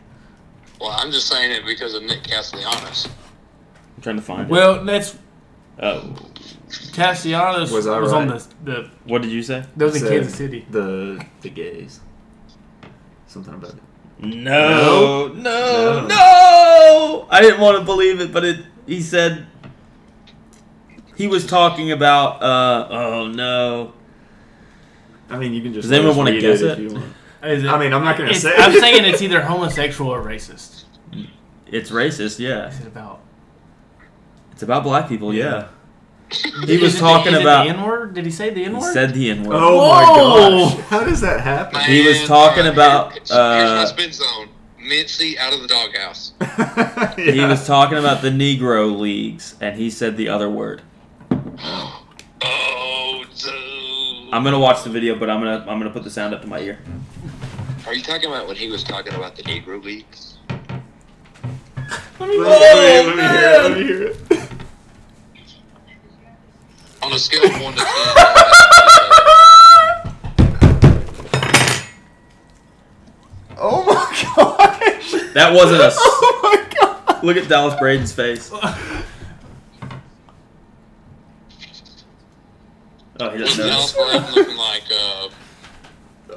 S4: Well, I'm just saying it because of Nick Castellanos.
S3: I'm trying to find it.
S5: Well, that's
S3: Oh,
S5: Castellanos
S2: Was
S5: was,
S2: I
S5: on
S2: right?
S5: the the
S3: what did you say?
S5: that was in
S2: Said
S5: Kansas City.
S2: The the gays. Something about it.
S3: No, no,
S2: No.
S3: no! I didn't want to believe it, but it. He said he was talking about. Uh, oh no!
S2: I mean, you can just.
S3: Does anyone
S2: just
S3: wanna
S2: read
S3: guess
S2: if
S3: it?
S2: you want.
S5: Is it-
S2: I mean, I'm not gonna
S5: it's-
S2: say.
S5: I'm
S2: it.
S5: saying it's either homosexual or racist.
S3: It's racist. Yeah,
S5: Is it about?
S3: it's about black
S2: Oh
S3: people. Yeah, he
S5: Is
S3: was
S5: it the-
S3: talking
S5: is it
S3: about.
S5: the N word. Did he say the N
S3: He
S5: word?
S3: said the N word.
S2: Oh
S5: Whoa!
S2: my gosh! How does that happen?
S3: He was
S4: Man,
S3: talking
S4: alright,
S3: about,
S4: Here's, here's
S3: uh,
S4: my spin zone. Mincy out of the doghouse.
S3: He was talking about the Negro leagues, and he said the other word.
S4: Oh, dude.
S3: I'm gonna watch the video, but I'm gonna I'm gonna put the sound up to my ear.
S4: Are you talking about when he was talking about the Negro Leagues?
S3: Let me,
S2: Let,
S3: oh,
S2: me, let
S3: man.
S2: me hear it. Let me hear it.
S4: On a scale of one to ten, uh,
S2: Oh my gosh.
S3: That wasn't us.
S2: Oh my god.
S3: Look at Dallas Braden's face. Oh, he
S4: what's
S3: doesn't
S4: Dallas
S3: know.
S4: Braden looking like? Uh,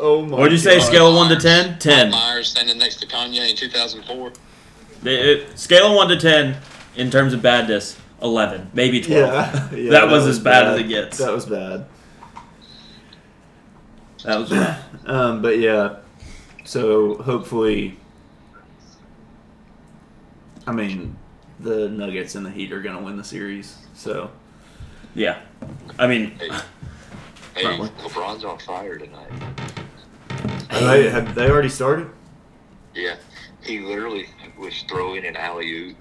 S2: Oh my
S3: What'd you say?
S2: gosh.
S3: Scale of one to ten? Ten.
S4: Myers standing next to Kanye in 2004.
S3: They- it- scale of one to ten in terms of badness. Eleven, maybe twelve.
S2: Yeah. yeah
S3: That was as bad as it gets.
S2: That was bad.
S3: That was rough.
S2: Um, but yeah, so hopefully, I mean, the Nuggets and the Heat are gonna win the series. So
S3: Yeah, I mean,
S4: Hey, hey,
S3: Probably.
S4: LeBron's on fire tonight.
S2: have they, have they already started?
S4: Yeah, he literally was throwing an alley oop,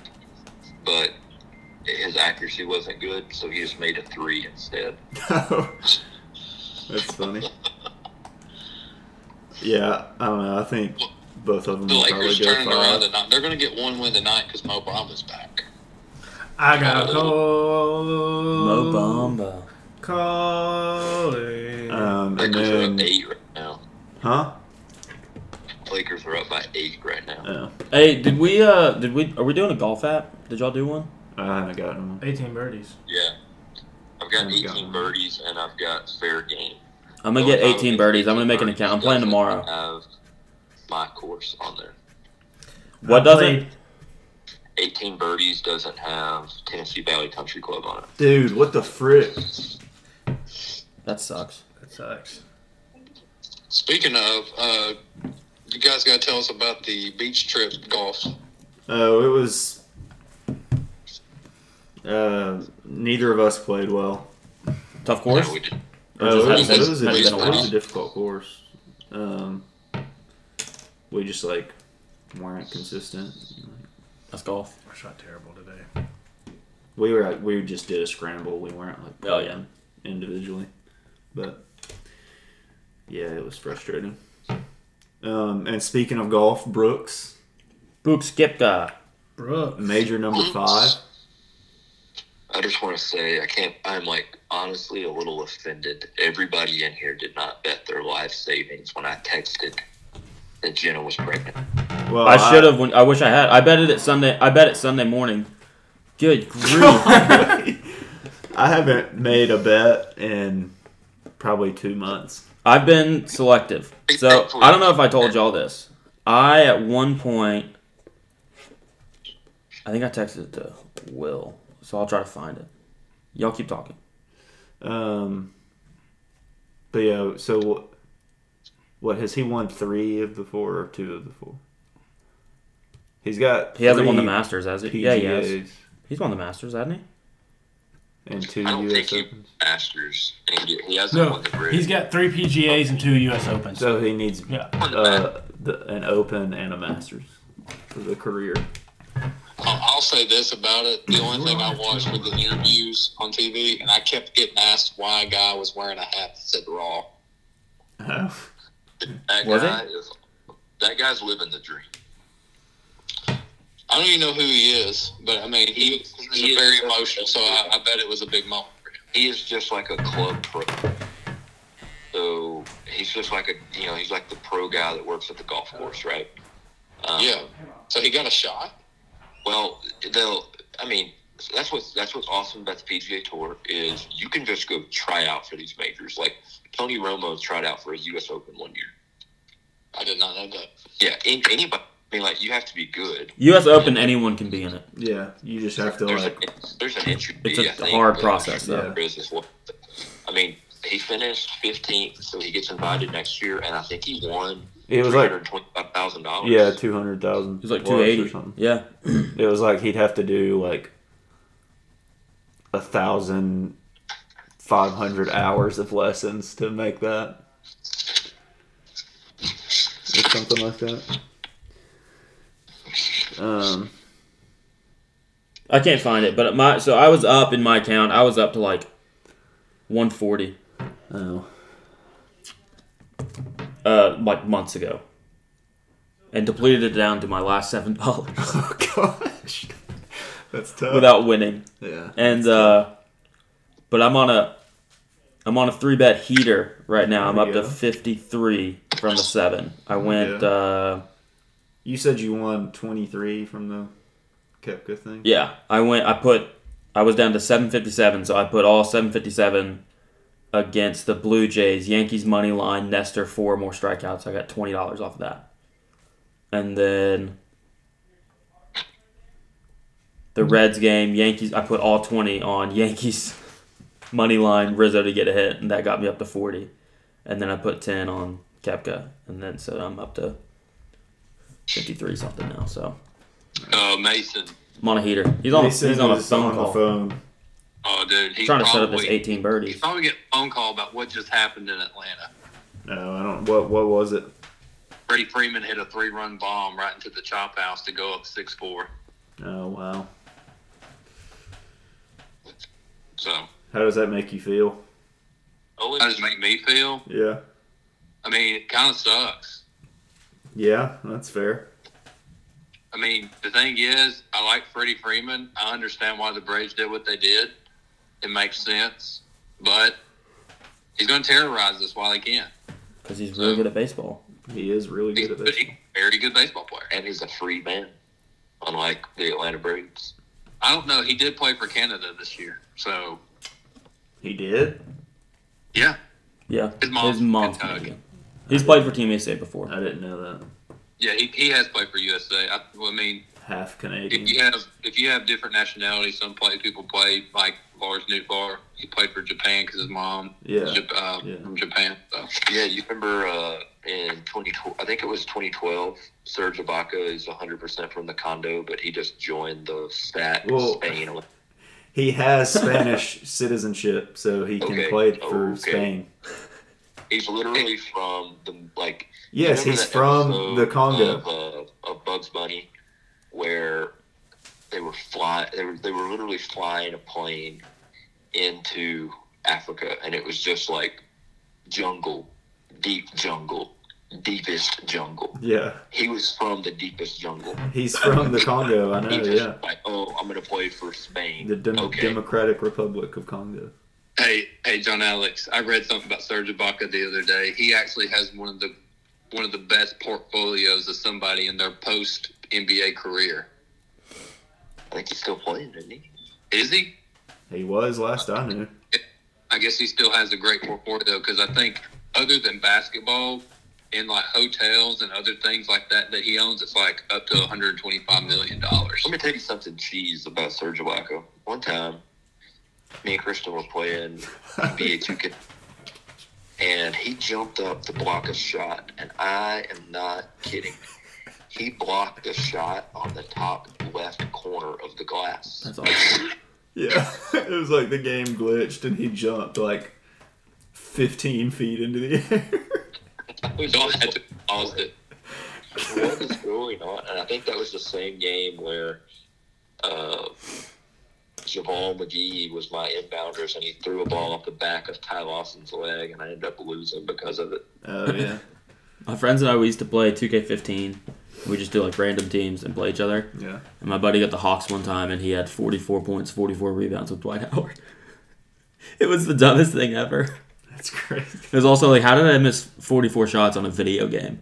S4: but his accuracy wasn't good, so he just made a three instead.
S2: That's funny. Yeah, I don't know. I think both of them
S4: The
S2: will
S4: Lakers
S2: probably go
S4: turning around
S2: five.
S4: tonight. They're going to get one win tonight because Mo Bama's back.
S5: I got a call.
S3: Mo Bamba.
S5: Calling.
S2: Um, and
S4: Lakers are up
S2: then,
S4: eight right now.
S2: huh?
S4: Lakers are up by eight right now.
S2: No,
S3: Hey, did we? Uh, did we? Are we doing a golf app? Did y'all do one?
S2: I haven't gotten one.
S5: 18 birdies.
S4: Yeah, I've got
S2: Oh,
S4: 18
S2: God.
S4: birdies and I've got fair game.
S3: I'm gonna get 18 birdies. I'm gonna make an account. I'm playing tomorrow.
S4: Have my course on there.
S3: What
S5: I
S3: does
S5: played-
S3: it?
S4: 18 birdies doesn't have Tennessee Valley Country Club on it.
S2: Dude, what the frick?
S3: That sucks.
S5: That sucks.
S4: Speaking of, uh, you guys got to tell us about the beach trip golf.
S2: Oh, it was. Uh, neither of us played well.
S3: Tough course.
S4: No, we didn't.
S3: Or
S2: Oh, it, was,
S3: just
S2: it,
S3: hadn't-
S2: was a,
S3: hadn't
S2: it
S3: been a
S2: was a
S3: while.
S2: difficult course. Um, we just like weren't consistent.
S3: That's golf.
S5: I shot terrible today.
S2: We were like, we just did a scramble. We weren't like
S3: Oh, yeah.
S2: playing individually, but yeah, it was frustrating. Um, and speaking of golf, Brooks,
S3: Boop skip guy.
S5: Brooks.
S2: major number five.
S4: I just want to say I can't. I'm like honestly a little offended. Everybody in here did not bet their life savings when I texted that Jenna was pregnant.
S2: Well,
S3: I should have. When I wish I had. I bet it at Sunday. I bet it Sunday morning. Good grief.
S2: I haven't made a bet in probably two months.
S3: I've been selective. So I don't know if I told y'all this. I at one point, I think I texted it to Will. So I'll try to find it. Y'all keep talking.
S2: Um, but yeah, so what, what has he won? Three of the four or two of the four? He's got.
S3: He hasn't won the
S2: three
S3: Masters, has he?
S2: PGAs
S3: Yeah, he has. He's won the Masters, hasn't he?
S2: and two
S4: I don't
S2: U.S.
S4: think he
S2: Opens.
S4: masters. And he, he hasn't
S5: No,
S4: won the bridge.
S5: he's got three PGAs and two U.S. Opens.
S2: So he needs
S5: yeah.
S4: Won the match.
S2: uh, the, an Open and a Masters for the career.
S4: I'll, I'll say this about it. The only thing I watched was the interviews on TV, and I kept getting asked why a guy was wearing a hat that said Raw.
S3: Oh.
S4: That
S3: Was
S4: guy is that guy's living the dream. I don't even know who he is, but I mean he, he's he is very so- emotional, so I, I bet it was a big moment for him. He is just like a club pro. So he's just like a you know he's like the pro guy that works at the golf course, right? Um,
S1: Yeah. So he got a shot.
S4: Well, they'll. I mean, that's what's that's what's awesome about the PGA Tour is you can just go try out for these majors. Like Tony Romo tried out for a U.S. Open one year.
S1: I did not know that.
S4: Yeah, an- anybody. I mean, like you have to be good.
S3: U.S. Open, anyone can be in it.
S2: Yeah, you just have to
S4: There's an
S2: like.
S4: there's an entry.
S3: It's
S4: fee,
S3: a
S4: I think,
S3: hard
S4: but
S3: process,
S4: there
S2: though.
S4: is as well. I mean, he finished 15th, so he gets invited next year, and I think he won.
S2: It was like
S4: $325,000.
S2: yeah, two hundred thousand.
S3: It was like
S2: or
S3: 280.
S2: something.
S3: Yeah.
S2: It was like he'd have to do like a thousand five hundred hours of lessons to make that. Or something like that. Um
S3: I can't find it, but my so I was up in my account. I was up to like 140,
S2: oh.
S3: uh, like months ago, and depleted it down to my last seven dollars.
S2: Oh god. That's tough.
S3: without winning.
S2: yeah.
S3: And uh, but I'm on a I'm on a three bet heater right now. I'm
S2: There
S3: up
S2: you
S3: to
S2: go.
S3: 53 from the seven. I went
S2: Yeah.
S3: uh,
S2: You said you won 23 from the Kepka thing?
S3: yeah. I went. I put. I was down to 757, so I put all 757 against the Blue Jays, Yankees money line, Nestor four more strikeouts. I got twenty dollars off of that, and then the Reds game, Yankees. I put all twenty on Yankees money line, Rizzo to get a hit, and that got me up to forty, and then I put ten on Kepka, and then so I'm up to fifty three something now. So
S4: Uh, Mason.
S3: I'm on a heater. He's on.
S2: Mason
S3: he's on a
S2: is
S3: phone
S2: on the
S3: call.
S2: phone.
S4: Oh, dude, he
S3: Trying to set
S4: probably,
S3: up his 18
S4: He
S3: birdies.
S4: probably get a phone call about what just happened in Atlanta.
S2: No, I don't. What What was it?
S4: Freddie Freeman hit a three-run bomb right into the chop house to go up six-four.
S2: Oh, wow.
S4: So,
S2: How does that make you feel?
S4: oh, it does make me feel.
S2: Yeah.
S4: I mean, it kind of sucks.
S2: Yeah, that's fair.
S4: I mean, the thing is, I like Freddie Freeman. I understand why the Braves did what they did. It makes sense, but he's going to terrorize us while he can.
S3: Because he's really good at baseball.
S2: He is really
S4: He's
S2: good
S4: a
S2: at baseball.
S4: very good baseball player, and he's a free man, unlike the Atlanta Braves. I don't know. He did play for Canada this year, so
S2: He did?
S4: yeah.
S3: Yeah.
S4: His mom's
S3: His mom's
S4: Kentucky.
S3: Canadian. He's played for Team USA before.
S2: I didn't know that.
S4: Yeah, he, he has played for USA. I, well, I mean,
S2: Half
S4: if
S2: Canadian.
S4: you have if you have different nationalities, some play people play like Lars Newbar. He played for Japan because his mom
S2: Yeah.
S4: was Jap- uh,
S2: Yeah.
S4: from Japan. So.
S1: Yeah, you remember uh, in 2012, I think it was 2012, Serge Ibaka is 100% from the condo, but he just joined the stat in
S2: Well,
S1: Spain.
S2: He has Spanish citizenship, so he can
S1: Okay. Oh,
S2: play for
S1: Okay.
S2: Spain.
S1: He's literally from the, like, you
S2: Yes,
S1: remember
S2: he's
S1: that
S2: from
S1: episode
S2: the Congo.
S1: Of, uh, of Bugs Bunny, where they were fly, they were, they were literally flying a plane into Africa, and it was just like jungle, deep jungle, deepest jungle.
S2: Yeah,
S1: He was from the deepest jungle.
S2: he's from the Congo. I know.
S1: He just
S2: Uh, Yeah,
S1: like, oh, I'm gonna play for Spain.
S2: the Dem-
S1: okay.
S2: Democratic Republic of Congo.
S4: Hey, hey, John Alex. I read something about Serge Ibaka the other day. He actually has one of the one of the best portfolios of somebody in their post NBA career.
S1: I think he's still playing, isn't he?
S4: Is he?
S2: He was last I knew.
S4: I guess he still has a great portfolio because I think other than basketball, in like hotels and other things like that that he owns, it's like up to 125 million dollars.
S1: Let me tell you something cheese about Serge Ibaka. One time, me and Kristen were playing NBA 2K, and he jumped up to block a shot, and I am not kidding. He blocked a shot on the top left corner of the glass.
S3: That's awesome.
S2: Yeah, it was like the game glitched and he jumped like 15 feet into the air.
S1: We
S4: Don't have to pause it.
S1: what is going on? And I think that was the same game where uh, Javon McGee was my inbounders, and he threw a ball off the back of Ty Lawson's leg, and I ended up losing because of it.
S2: Oh yeah,
S3: my friends and I, we used to play 2K15. We just do like random teams and play each other.
S2: yeah.
S3: And my buddy got the Hawks one time, and he had 44 points, 44 rebounds with Dwight Howard. it was the dumbest thing ever.
S2: That's crazy.
S3: It was also like, how did I miss 44 shots on a video game?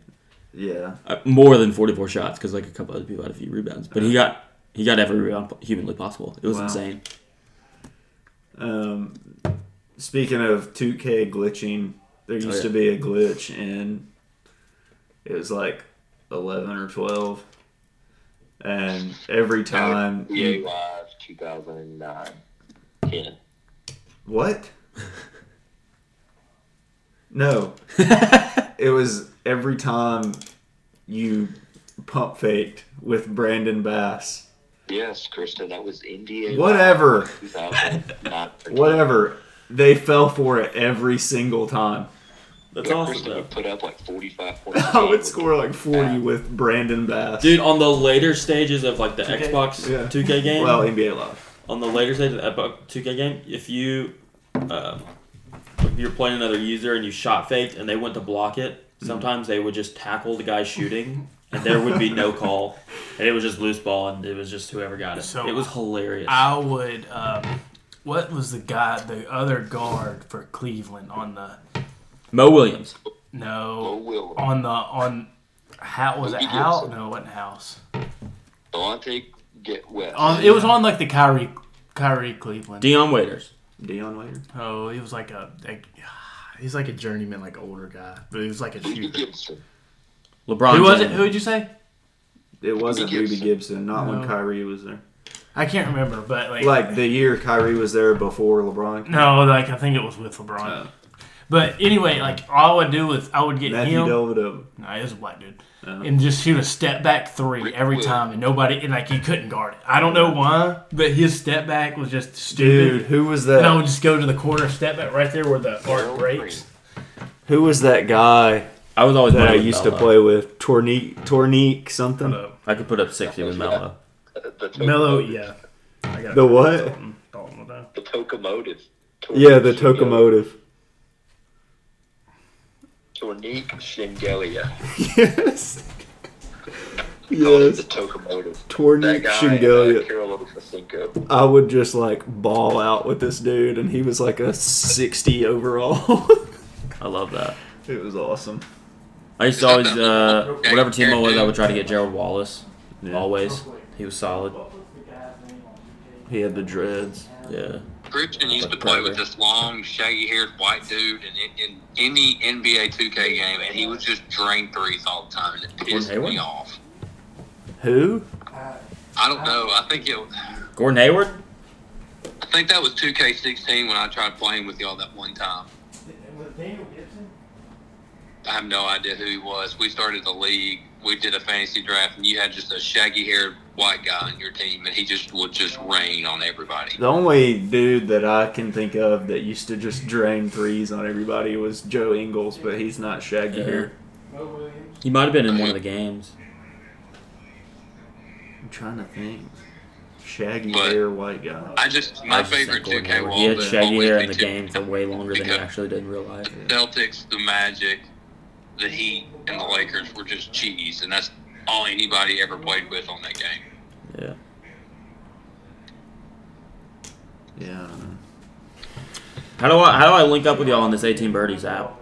S2: Yeah,
S3: Uh, more than 44 shots because like a couple other people had a few rebounds, but he got he got every rebound po- humanly possible. It was
S2: Wow.
S3: insane.
S2: Um, speaking of 2K glitching, there used
S3: yeah.
S2: to be a glitch in it was like 11 or 12, and every time
S1: EA
S2: Um, you,
S1: Live 2009. 10.
S2: what? No, it was every time you pump faked with Brandon Bass.
S1: Yes, Kristen, that was India.
S2: Whatever,
S1: 2009.
S2: whatever. They fell for it every single time.
S3: That's
S1: Yeah, Kristen would put up like 45 points. a
S2: I
S1: game
S2: would
S1: with
S2: score like 40 with Brandon Bass.
S3: Dude, on the later stages of like the Xbox
S2: Yeah.
S3: 2K game,
S2: Well, NBA Live.
S3: on the later stages of the Xbox 2K game, if you um, if you're playing another user and you shot faked and they went to block it, sometimes they would just tackle the guy shooting and there would be no call, and it was just loose ball, and it was just whoever got it.
S5: So-
S3: it was hilarious.
S5: I would. Um, what was the guy, the other guard for Cleveland on the
S3: Mo Williams.
S5: no
S6: Bo Will,
S5: on the on how was it
S6: Mookie
S5: how
S6: Gibson.
S5: no it wasn't house
S6: Delonte, get west.
S5: on it was on like the Kyrie Kyrie Cleveland.
S3: Dion Waiters.
S2: Dion Waiter.
S5: oh, he was like a like, he's like a journeyman, like older guy, but he was like a
S6: Mookie
S5: shooter.
S6: Gibson.
S3: LeBron.
S5: Who was it?
S3: James.
S5: Who would you say?
S2: It wasn't
S6: Gibson.
S2: Ruby Gibson, not
S5: No.
S2: when Kyrie was there.
S5: I can't remember, but like,
S2: Like the year Kyrie was there before LeBron.
S5: no, like I think it was with LeBron.
S6: Uh.
S2: Oh.
S5: But anyway, like all I would do is I would get
S2: Matthew
S5: him.
S2: Dellavedova.
S5: No, he was a black dude.
S2: Oh.
S5: And just shoot a step back three every
S6: Will.
S5: time, and nobody, and like he couldn't guard it. I don't know why, but his step back was just stupid.
S2: Dude, who was
S5: And I would
S2: that?
S5: just go to the corner step back right there where the arc breaks.
S2: Who was that guy
S3: I was always
S2: that I
S3: worried with
S2: used to
S3: Melo.
S2: play with? Tornique, Tornique, something.
S5: Mellow,
S3: I could put up sixty with Melo.
S6: The, to-
S5: Mellow, yeah. I got
S2: The what?
S5: Dalton, though.
S6: The Tokomotive.
S2: Yeah, the Tokomotive.
S6: Tornique Shingelia.
S2: yes.
S6: Yes. The
S2: Yes.
S6: Tokomotive. That
S2: Tornique
S6: guy,
S2: Shingelia.
S6: uh, Carol Ofasenko.
S2: I would just like ball out with this dude, and he was like a 60 overall.
S3: I love that.
S2: it was awesome.
S3: I used to always, uh, whatever team I was, I would try to get Gerald Wallace. Always, he was solid.
S2: He had the dreads.
S3: Yeah.
S4: Christian used to play with this long, shaggy-haired white dude in, in any NBA 2K game, and he would just drain threes all the time, and it pissed
S3: Hayward?
S4: me off.
S2: Who?
S4: I don't know. I think it.
S3: Gordon Hayward.
S4: I think that was 2K16 when I tried playing with y'all that one time. I have no idea who he was. We started the league. We did a fantasy draft, and you had just a shaggy-haired white guy on your team, and he just would just rain on everybody.
S2: The only dude that I can think of that used to just drain threes on everybody was Joe Ingles, but he's not shaggy
S3: Yeah.
S2: here.
S3: He might have been in one of the games.
S2: I'm trying to think. Shaggy
S4: But-
S2: hair, white guy.
S4: I just my
S3: I just think
S4: favorite
S3: Gordon
S4: 2K
S3: Hayward.
S4: wall.
S3: He had
S4: that
S3: shaggy
S4: always
S3: hair
S4: be
S3: in the
S4: 2K
S3: game for way longer than he
S4: because-
S3: actually did in real life.
S4: Celtics, the Magic, the Heat, and the Lakers were just cheese, and that's all anybody ever played with on that game.
S3: Yeah.
S2: Yeah. I don't know.
S3: How do I how do I link up with y'all on this 18 birdies app?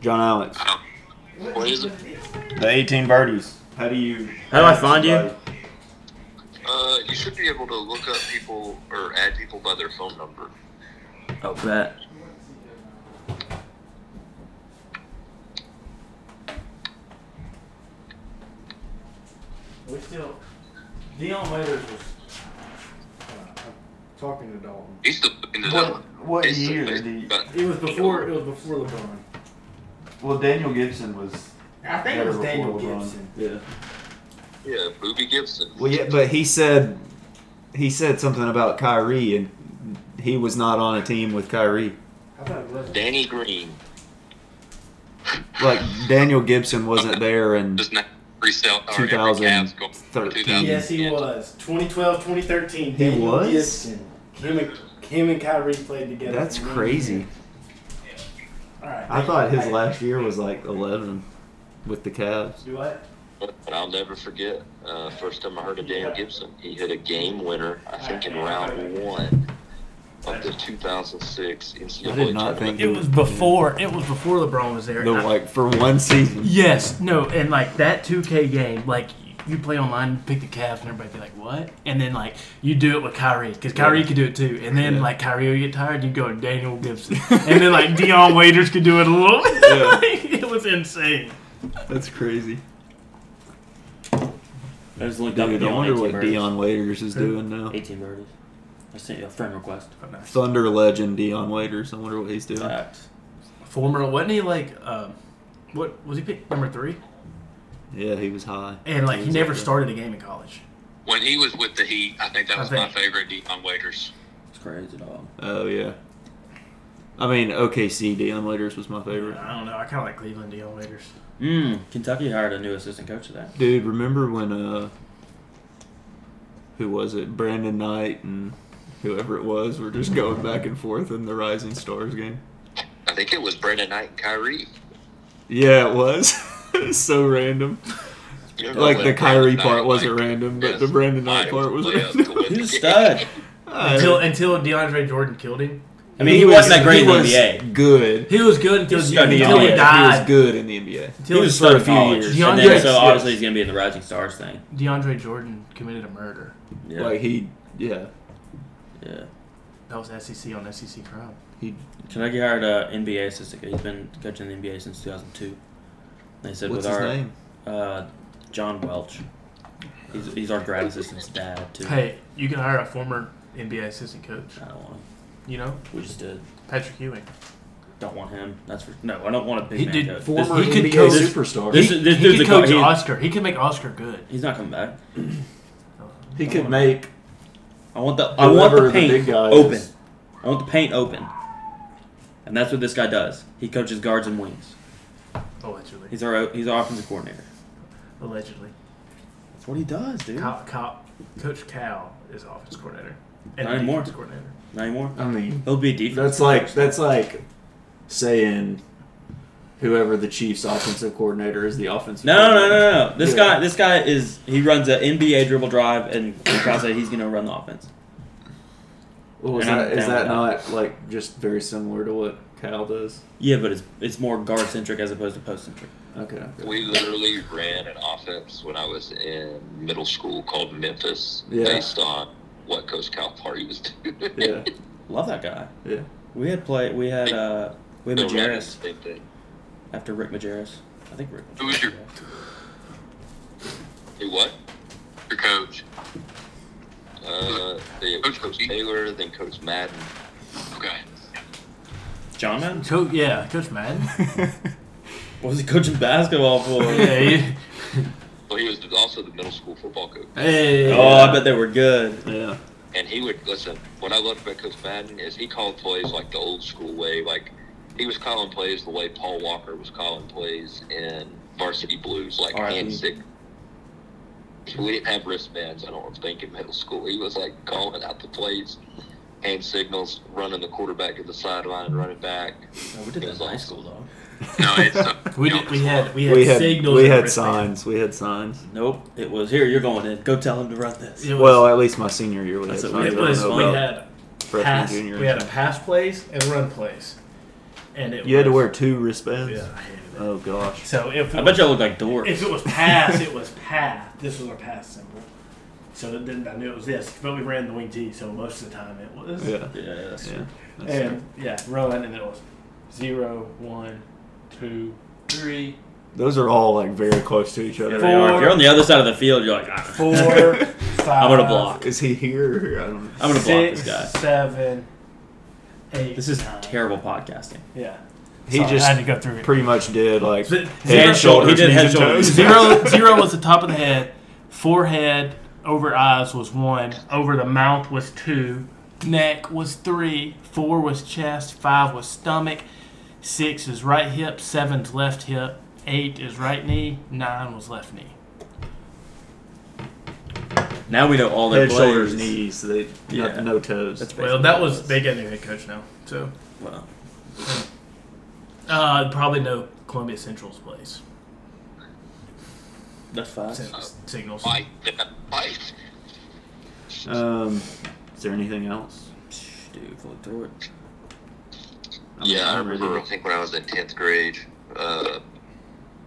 S2: John Alex.
S6: What is it?
S2: The 18 birdies. How do you.
S3: How do I find you?
S4: Uh, you should be able to look up people or add people by their phone number.
S3: Oh, bet.
S5: We still. Dion Waiters was.
S7: Talking to Dalton.
S4: He's still in the
S2: what
S4: he's still- but-
S7: It was before. It was before LeBron.
S2: Well, Daniel Gibson was.
S7: I think it was Daniel Gibson.
S2: Yeah.
S4: yeah, Booby Gibson.
S2: Well, yeah, but he said he said something about Kyrie, and he was not on a team with Kyrie.
S7: I thought it was.
S6: Danny Green.
S2: Like Daniel Gibson wasn't there, and
S4: Does not resell or every Cavs goal.
S2: 2013.
S7: Yes, he was. 2012, 2013.
S2: He
S7: Daniel
S2: was?
S7: Gibson. Him and, him and Kyrie played together.
S2: That's
S7: for one
S2: crazy.
S7: year. All right.
S2: I thought his
S7: I-
S2: last year was like 11 with the Cavs.
S7: Do what?
S6: But I'll never forget. Uh, first time I heard of Daniel Gibson, he hit a game winner. I think in round one of the 2006 NCAA
S2: I did not
S6: tournament.
S2: think
S5: It was before. It was before LeBron was there.
S2: the
S5: And I-
S2: like for one season.
S5: Yes, no, and like that 2K game, like you play online, you pick the Cavs, and everybody be like, "What?" And then like you do it with Kyrie because Kyrie could do it too. And then
S2: Yeah.
S5: like Kyrie will get tired, you go to Daniel Gibson, and then like Dion Waiters could do it a little.
S2: Yeah.
S5: Like, it was insane.
S2: That's crazy.
S3: I just linked up with
S2: Dude, I
S3: y'all E
S2: wonder
S3: on 18
S2: what
S3: birdies.
S2: Dion Waiters is doing now.
S3: 18 birdies. I sent you a friend request.
S2: Thunder legend Dion Waiters. I wonder what he's doing.
S5: Uh,
S3: Facts.
S5: Former, wasn't he like, um, what was he picked number three?
S2: Yeah, he was high.
S5: And like he
S2: was
S5: never
S2: up there.
S5: started a game in college.
S4: When he was with the Heat, I think that
S5: I
S4: was
S5: think-
S4: my favorite Deion Waiters.
S3: It's crazy, dog.
S2: Oh yeah. I mean, OKC Dion Waiters was my favorite.
S5: I don't know. I kind of like Cleveland Dion Waiters.
S3: Mm, Kentucky hired a new assistant coach today.
S2: Dude, remember when uh who was it? Brandon Knight and whoever it was were just going back and forth in the Rising Stars game.
S4: I think it was Brendan Knight and Kyrie.
S2: Yeah, it was. so random.
S4: You know,
S2: Like
S4: when
S2: the Kyrie
S4: Brandon Knight,
S2: part wasn't
S4: like,
S2: random, but
S4: yes,
S2: the Brandon Knight
S4: I
S2: part was
S4: play up to
S2: random.
S4: win
S3: He's a
S4: the
S3: stud.
S5: Until until DeAndre Jordan killed him.
S3: I mean, he, wasn't that great in the NBA.
S2: Good.
S5: He was good until,
S3: He's
S5: until
S3: gonna be
S5: he
S3: all right. He
S2: He
S5: died.
S2: was good in the NBA.
S5: Until
S3: He was a stud a few
S5: college.
S3: years,
S5: DeAndre,
S3: and then, so
S2: yes.
S3: obviously he's gonna be in the Rising Stars thing.
S5: DeAndre Jordan committed a murder.
S3: Yeah,
S2: Like he, yeah,
S3: yeah.
S5: That was SEC on SEC crowd.
S2: he.
S3: Kentucky hired uh, a NBA assistant. He's been coaching the NBA since 2002. They said
S2: What's
S3: with
S2: his
S3: our
S2: name?
S3: Uh, John Welch. He's, he's our grad assistant's dad too.
S5: Hey, you can hire a former NBA assistant coach.
S3: I don't want him.
S5: You know,
S3: We just did.
S5: Patrick Ewing.
S3: Don't want him. That's for no. I don't want a big
S5: He
S3: man
S5: did
S3: coach.
S5: four-
S3: This-
S5: Former he could NBA coach-
S2: superstar.
S3: This-
S5: he
S3: this
S5: he
S3: dude's
S5: could
S3: a guy-
S5: coach
S3: he-
S5: Oscar. He could make Oscar good. Oh,
S3: he's not coming back.
S2: he could make
S3: I want the I want
S2: Whoever
S3: the
S2: the
S3: paint
S2: big guy
S3: open.
S2: is.
S3: I want the paint open. And that's what this guy does. He coaches guards and wings.
S5: Allegedly.
S3: He's our he's our offensive coordinator.
S5: Allegedly.
S3: That's what he does, dude.
S5: Kyle, Kyle, Coach Cal is offense coordinator.
S3: Not anymore.
S5: defense coordinator.
S3: Not anymore.
S7: Uh-huh.
S2: I mean,
S3: He'll be a defense.
S2: that's like that's like saying whoever the Chiefs' offensive coordinator is the offensive.
S3: No, no, no, no, no. This
S2: Yeah.
S3: guy, this guy is he runs an NBA dribble drive, and Kyle said he's gonna run the offense.
S2: Well, was
S3: And I'm
S2: that, is
S3: down
S2: that
S3: with
S2: not like just very similar to what Cal does?
S3: Yeah, but it's it's more guard centric as opposed to post centric.
S2: Okay. okay.
S4: We literally ran an offense when I was in middle school called Memphis,
S2: Yeah.
S4: based on what Coach Calipari was doing.
S2: Yeah,
S3: Love that guy.
S2: yeah.
S3: We had play. We had uh, we had
S4: They're running the
S3: Majerus
S4: same thing.
S3: after Rick Majerus. I think Rick.
S4: Who was your- Hey, what?
S6: Your coach.
S4: Uh, they had
S6: Coach
S4: Coach,
S6: Pete.
S4: Taylor, then Coach Madden.
S6: Okay.
S3: John Madden.
S5: Coach, yeah, Coach Madden.
S3: What was he coaching basketball for?
S5: yeah, he,
S4: Well, he was also the middle school football coach.
S5: hey,
S3: Oh, I bet they were good.
S2: Yeah.
S4: And he would listen. What I loved about Coach Madden is he called plays like the old school way. Like he was calling plays the way Paul Walker was calling plays in Varsity Blues, like
S3: R.I.P.
S4: hand sick. We didn't have wristbands. I don't think in middle school he was like calling out the plays, hand signals, running the quarterback to the sideline, running back.
S3: No, Oh, we did that in high school though.
S6: No, it's uh,
S5: we, did, we had we had
S2: We had
S5: signals.
S2: we
S5: and
S2: had
S5: wristbands.
S2: signs. We had signs.
S3: Nope, it was here. You're going in. Go tell him to run this.
S5: It was,
S2: Well, at least my senior year we had
S3: That's
S2: signs.
S3: what
S2: I
S5: it
S2: don't
S5: was
S2: know
S5: we
S2: about
S5: had
S2: freshman,
S5: pass.
S2: junior.
S5: We had a pass plays and run plays, and it
S2: you had to
S5: was-
S2: wear two wristbands.
S5: Yeah, I hated it.
S2: Oh gosh.
S5: So if it
S3: I
S5: was,
S3: bet y'all look like dorks.
S7: If it was pass, it was pass. This was our pass symbol. So it didn't, I knew it was this, but we ran the wing T, so most of the time it was.
S2: Yeah.
S3: yeah, that's
S2: Yeah. That's
S7: And yeah, run, and then it was zero, one, two, three,
S2: Those are all like very close to each
S3: Yeah,
S2: other.
S3: they are. If
S7: Four.
S3: you're on the other side of the field, you're like, ah.
S7: four, five.
S3: I'm gonna block.
S2: Is he here? Or here? Um, I don't know.
S3: I'm gonna block
S7: six,
S3: this guy.
S7: Seven, eight.
S3: This is
S7: nine.
S3: terrible podcasting.
S7: Yeah.
S2: He
S7: Sorry, I had
S2: just
S7: to go through it.
S2: pretty much did like
S5: Z-
S2: head,
S5: zero-
S2: shoulders,
S3: he did
S2: knees,
S3: head,
S2: and toes.
S3: shoulders.
S5: zero zero was the top of the head, forehead over eyes was one, over the mouth was two, neck was three, four was chest, five was stomach, six is right hip, seven's left hip, eight is right knee, nine was left knee.
S3: Now we know all their
S2: head, shoulders,
S3: players.
S2: knees. They
S3: Yeah.
S2: no, no toes.
S3: That's
S5: Well, that was they got a new head coach now, so
S3: Well,
S5: uh, probably no Columbia Central's place.
S3: that's fast.
S5: Sig- Signals.
S4: Fight that fight.
S2: um, is there anything else?
S3: Dude, float through it.
S2: I'm-
S4: Yeah, I
S2: I'm ready.
S4: remember. I think when I was in tenth grade, uh,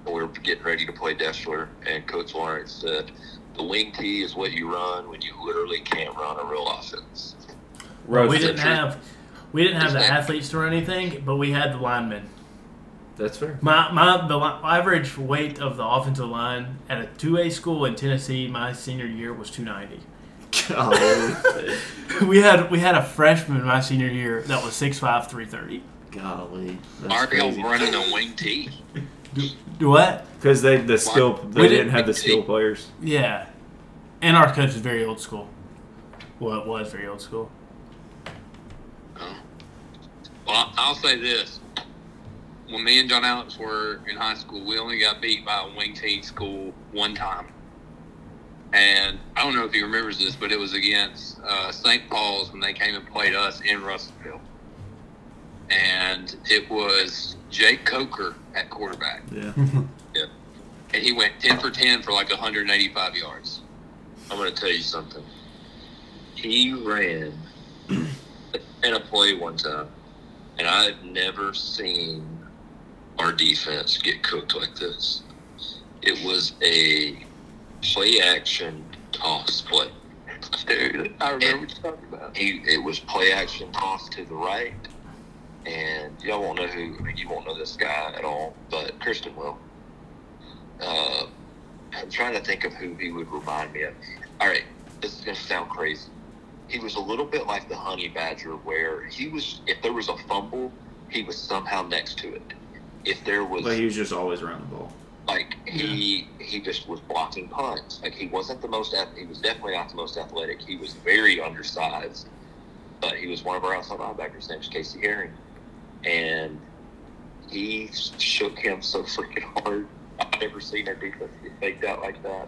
S4: we were getting ready to play Dessler, and Coach Lawrence said, "The wing tee is what you run when you literally can't run a real offense."
S5: We
S3: Roasted.
S5: didn't have we didn't have the athletes to run anything, but we had the linemen.
S2: That's fair.
S5: My, my the li- average weight of the offensive line at a two A school in Tennessee my senior year was two ninety.
S2: Golly,
S5: We had we had a freshman my senior year that was 6'5", 330.
S2: golly.
S4: Why
S2: That's
S4: are y'all
S2: crazy.
S4: running a wing tee?
S5: Do what?
S2: Because they the skill they
S5: We
S2: didn't
S5: didn't
S2: have the
S4: think-
S2: skill players.
S5: Yeah, and our coach is very old school. Well, it was very old school.
S6: Well, I'll say this. When me and John Alex were in high school, we only got beat by a wing team school one time. And I don't know if he remembers this, but it was against uh, St. Paul's when they came and played us in Russellville.
S4: and it was Jake Coker at quarterback.
S2: Yeah.
S4: Yep. And he went 10 for 10 for like 185 yards. I'm going to tell you something. He ran in a play one time, and I've never seen our defense get cooked like this. It was a play action toss play.
S6: Dude,
S4: I
S6: remember
S4: what you're talking about.
S6: he it was play action toss to the right, and y'all won't know who. I mean, you won't know this guy at all, but Kristen will. Uh, I'm trying to think of who he would remind me of. All right, this is gonna sound crazy. He was a little bit like the honey badger, where he was. If there was a fumble, he was somehow next to it. If there was
S2: But he was just always around the ball.
S6: like he he just was blocking punts. Like he wasn't the most ath- he was definitely not the most athletic. He was very undersized, but he was one of our outside linebackers. His name was Casey Herring, and he shook him so freaking hard. I've never seen a defense get faked out like that.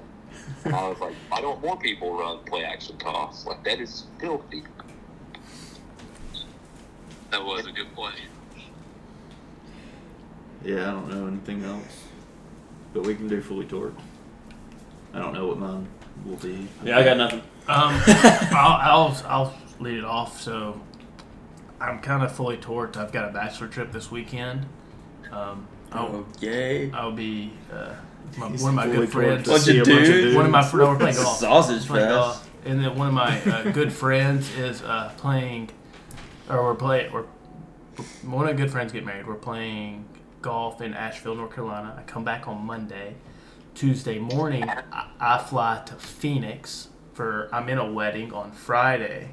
S6: And I was like, I don't want people to run play action toss. Like that is filthy.
S4: That was a good play.
S2: Yeah, I don't know anything else. But we can do fully torque. I don't know what mine will be.
S3: Yeah, I got nothing.
S5: Um, I'll, I'll I'll lead it off. So I'm kind of fully torqued. I've got a bachelor trip this weekend. Um, I'll,
S3: Oh, yay!
S5: I'll be uh, my,
S2: He's
S5: one of my
S2: fully
S5: good
S2: torqued
S5: friends.
S2: to
S3: Bunch
S2: see
S3: of
S2: a bunch of
S3: dudes.
S5: One of my no, we're playing golf.
S3: Sausage
S5: Playing
S3: fest.
S5: golf. Oh And then one of my uh, good friends is uh, playing, or we're playing. We're one of my good friends get married. We're playing golf in Asheville, North Carolina. I come back on Monday. Tuesday morning, I, I fly to Phoenix for I'm in a wedding on Friday.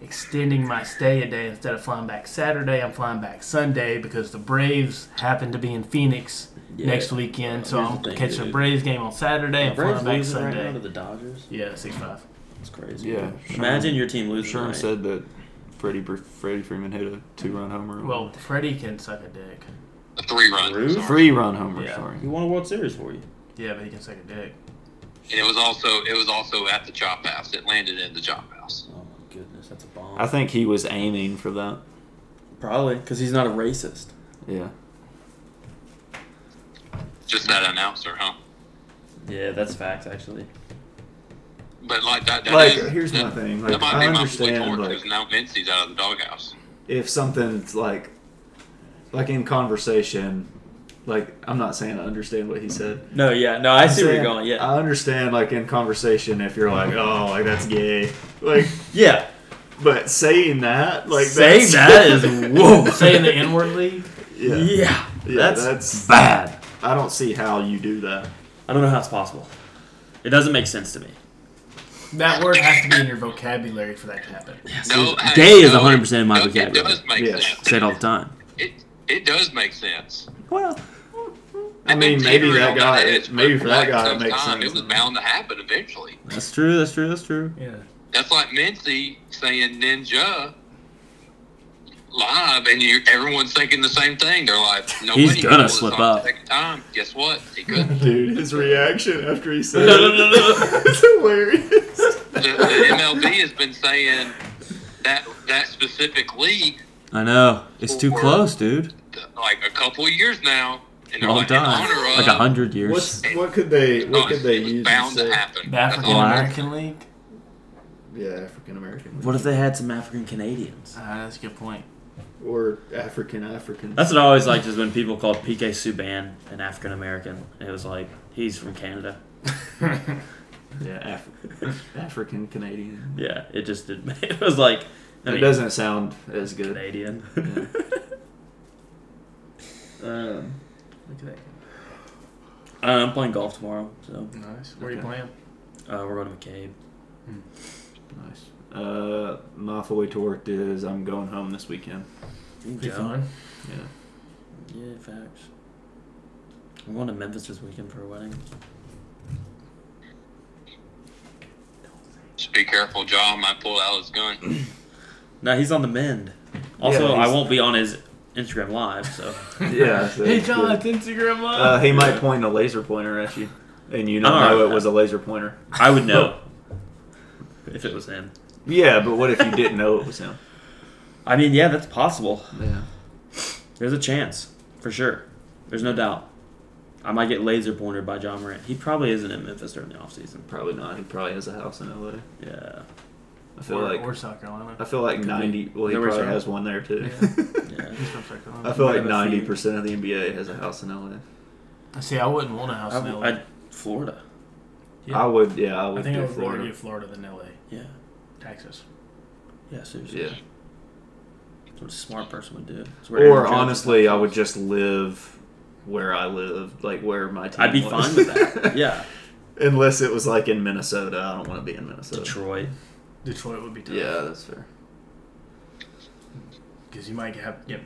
S5: Extending my stay a day instead of flying back Saturday, I'm flying back Sunday because the Braves happen to be in Phoenix
S3: Yeah.
S5: next weekend. So
S3: Here's
S5: I'm
S3: the thing,
S5: catching a
S3: dude.
S5: Braves game on Saturday and
S3: Braves
S5: flying back
S3: losing right
S5: Sunday.
S3: now to the Dodgers.
S5: Yeah, six five.
S3: It's crazy.
S2: Yeah,
S3: Imagine your team losing.
S2: Sherman
S3: tonight.
S2: said that Freddie, Br- Freddie Freeman hit a two run homer.
S5: Well, Freddie can suck a dick.
S4: A three run.
S3: Rude.
S4: sorry.
S2: three run homer,
S5: Yeah.
S2: sorry.
S3: He won a World Series for you.
S5: Yeah, but he can suck a dick.
S4: And it was also it was also at the chop house. It landed in the chop house.
S3: Oh my goodness, that's a bomb.
S2: I think he was aiming for that.
S3: Probably because he's not a racist.
S2: Yeah.
S4: Just that announcer, huh?
S3: Yeah, that's facts actually.
S4: But like that. that
S2: Like,
S4: is-
S2: here's
S4: that-
S2: my thing,
S4: that
S2: like,
S4: might
S2: I
S4: be my
S2: understand,
S4: point
S2: like-
S4: because now Vincey's out of the doghouse.
S2: if something's like like in conversation like i'm not saying i understand what he said
S3: No, yeah, no, I see where you're
S2: Saying,
S3: going. Yeah,
S2: i understand like in conversation if you're like oh like that's gay like
S3: yeah.
S2: but saying that like
S3: saying
S2: that's-
S3: that is whoa.
S5: Saying the N word league.
S2: yeah, yeah,
S3: yeah,
S2: that's,
S3: that's, bad.
S2: i don't see how you do that
S3: I don't know how it's possible. It doesn't make sense to me.
S5: That word has to be in your vocabulary for that to happen.
S4: No, hey,
S3: Gay is
S4: no,
S3: 100% in my
S4: no, It
S3: vocabulary.
S4: does make
S2: Yes.
S4: sense.
S3: Say it all the time.
S4: It it does make sense.
S2: well i
S4: They've been
S2: mean maybe
S4: teetering
S2: that
S4: on
S2: guy
S4: edge
S2: maybe for that
S4: quite
S2: guy
S4: some
S2: it makes
S4: time.
S2: sense
S4: It was bound to happen eventually.
S3: That's true. That's true. That's true.
S5: Yeah.
S4: That's like Mincy saying ninja live, and you everyone's thinking the same thing. They're like, no
S3: He's
S4: way he
S3: gonna
S4: pulled this
S3: slip
S4: off the
S3: up.
S4: Second time, guess what? He couldn't.
S2: dude his reaction after he said
S3: No, no, no,
S2: it, it's hilarious
S4: the, the MLB has been saying that that specific league
S3: I know. It's too
S4: Or-
S3: close, dude.
S4: like a couple of years now, and they're
S3: Long
S4: like
S3: time.
S4: in honor of.
S3: Like a hundred years.
S2: What's, what could they what
S4: Oh,
S2: could they
S4: it was
S2: use to
S4: bound to
S2: say-
S4: happen.
S5: The
S4: That's
S5: African
S2: Um,
S4: all I'm-
S5: American League.
S2: Yeah, African American.
S3: what if they had some African Canadians?
S5: Ah, that's a good point.
S2: Or African African.
S3: That's what I always liked is when people called PK Subban an African American. It was like he's from Canada.
S2: yeah, Af- African Canadian.
S3: Yeah, it just did. It was like I
S2: it
S3: mean,
S2: doesn't sound as good.
S3: Canadian.
S2: Um,
S5: Look at
S3: Uh, I'm playing golf tomorrow, so
S5: that. Nice. Where you
S2: Okay.
S5: playing?
S3: uh, we're going to McCabe.
S2: nice. Uh, my fully torqued is I'm going home this weekend.
S5: Be fun.
S2: Yeah.
S3: Yeah, facts. I'm going to Memphis this weekend for a wedding.
S4: Just be careful, John might pull out his gun.
S3: No, he's on the mend. Also,
S2: Yeah, he's-
S3: I won't be on his Instagram live, so
S2: Yeah. so
S5: hey
S2: it's
S5: John,
S2: good.
S5: it's Instagram
S3: Oh,
S5: live.
S2: Uh, he might point a laser pointer at you, and you don't
S3: I'm alright
S2: know
S3: with
S2: it was a laser pointer.
S3: I would know if it was him.
S2: Yeah, but what if you didn't know it was him?
S3: I mean, yeah, that's possible.
S2: Yeah.
S3: There's a chance for sure. There's no doubt. I might get laser pointed by John Morant. He probably isn't in Memphis during the offseason.
S2: Probably not. He probably has a house in LA.
S3: Yeah,
S2: I feel
S5: Or,
S2: like
S5: or South Carolina.
S2: I feel like ninety. Well, he
S3: Nobody's
S2: probably
S3: around.
S2: has one there too.
S3: yeah.
S5: He's from South Carolina.
S2: I feel like
S3: Might have a
S2: ninety
S3: few.
S2: percent of the NBA has a house in LA.
S5: See, I wouldn't want a house in LA.
S3: I, I, Florida.
S5: Yeah.
S2: I would. Yeah, I
S5: I
S2: would
S5: think I
S2: do
S5: would
S2: Florida.
S5: rather get Florida than LA,
S3: Yeah,
S5: Texas.
S3: yeah, seriously.
S2: yeah.
S3: That's what a smart person would do. That's where Aaron
S2: Or
S3: Judge-
S2: honestly, I would just live where I live, like where my team.
S3: I'd be
S2: was.
S3: fine with that. Yeah,
S2: Unless it was like in Minnesota, I don't want to be in Minnesota.
S3: Detroit.
S5: Detroit would be tough.
S2: Yeah, that's fair.
S5: Because you might have yep,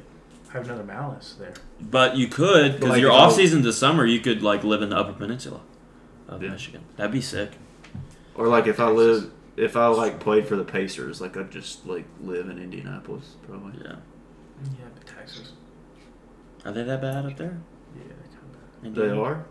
S5: have another malice there.
S3: But you could because
S2: Like,
S3: your
S2: if I-
S3: off season to summer, you could like live in the Upper Peninsula of
S2: Yeah.
S3: Michigan. That'd be sick.
S2: Or like if I live, if I like played for the Pacers, like I'd just like live in Indianapolis, probably.
S3: Yeah,
S5: Yeah, but Texas.
S3: are they that bad up there?
S5: Yeah, kind
S2: They
S3: Indiana?
S2: are.
S5: of.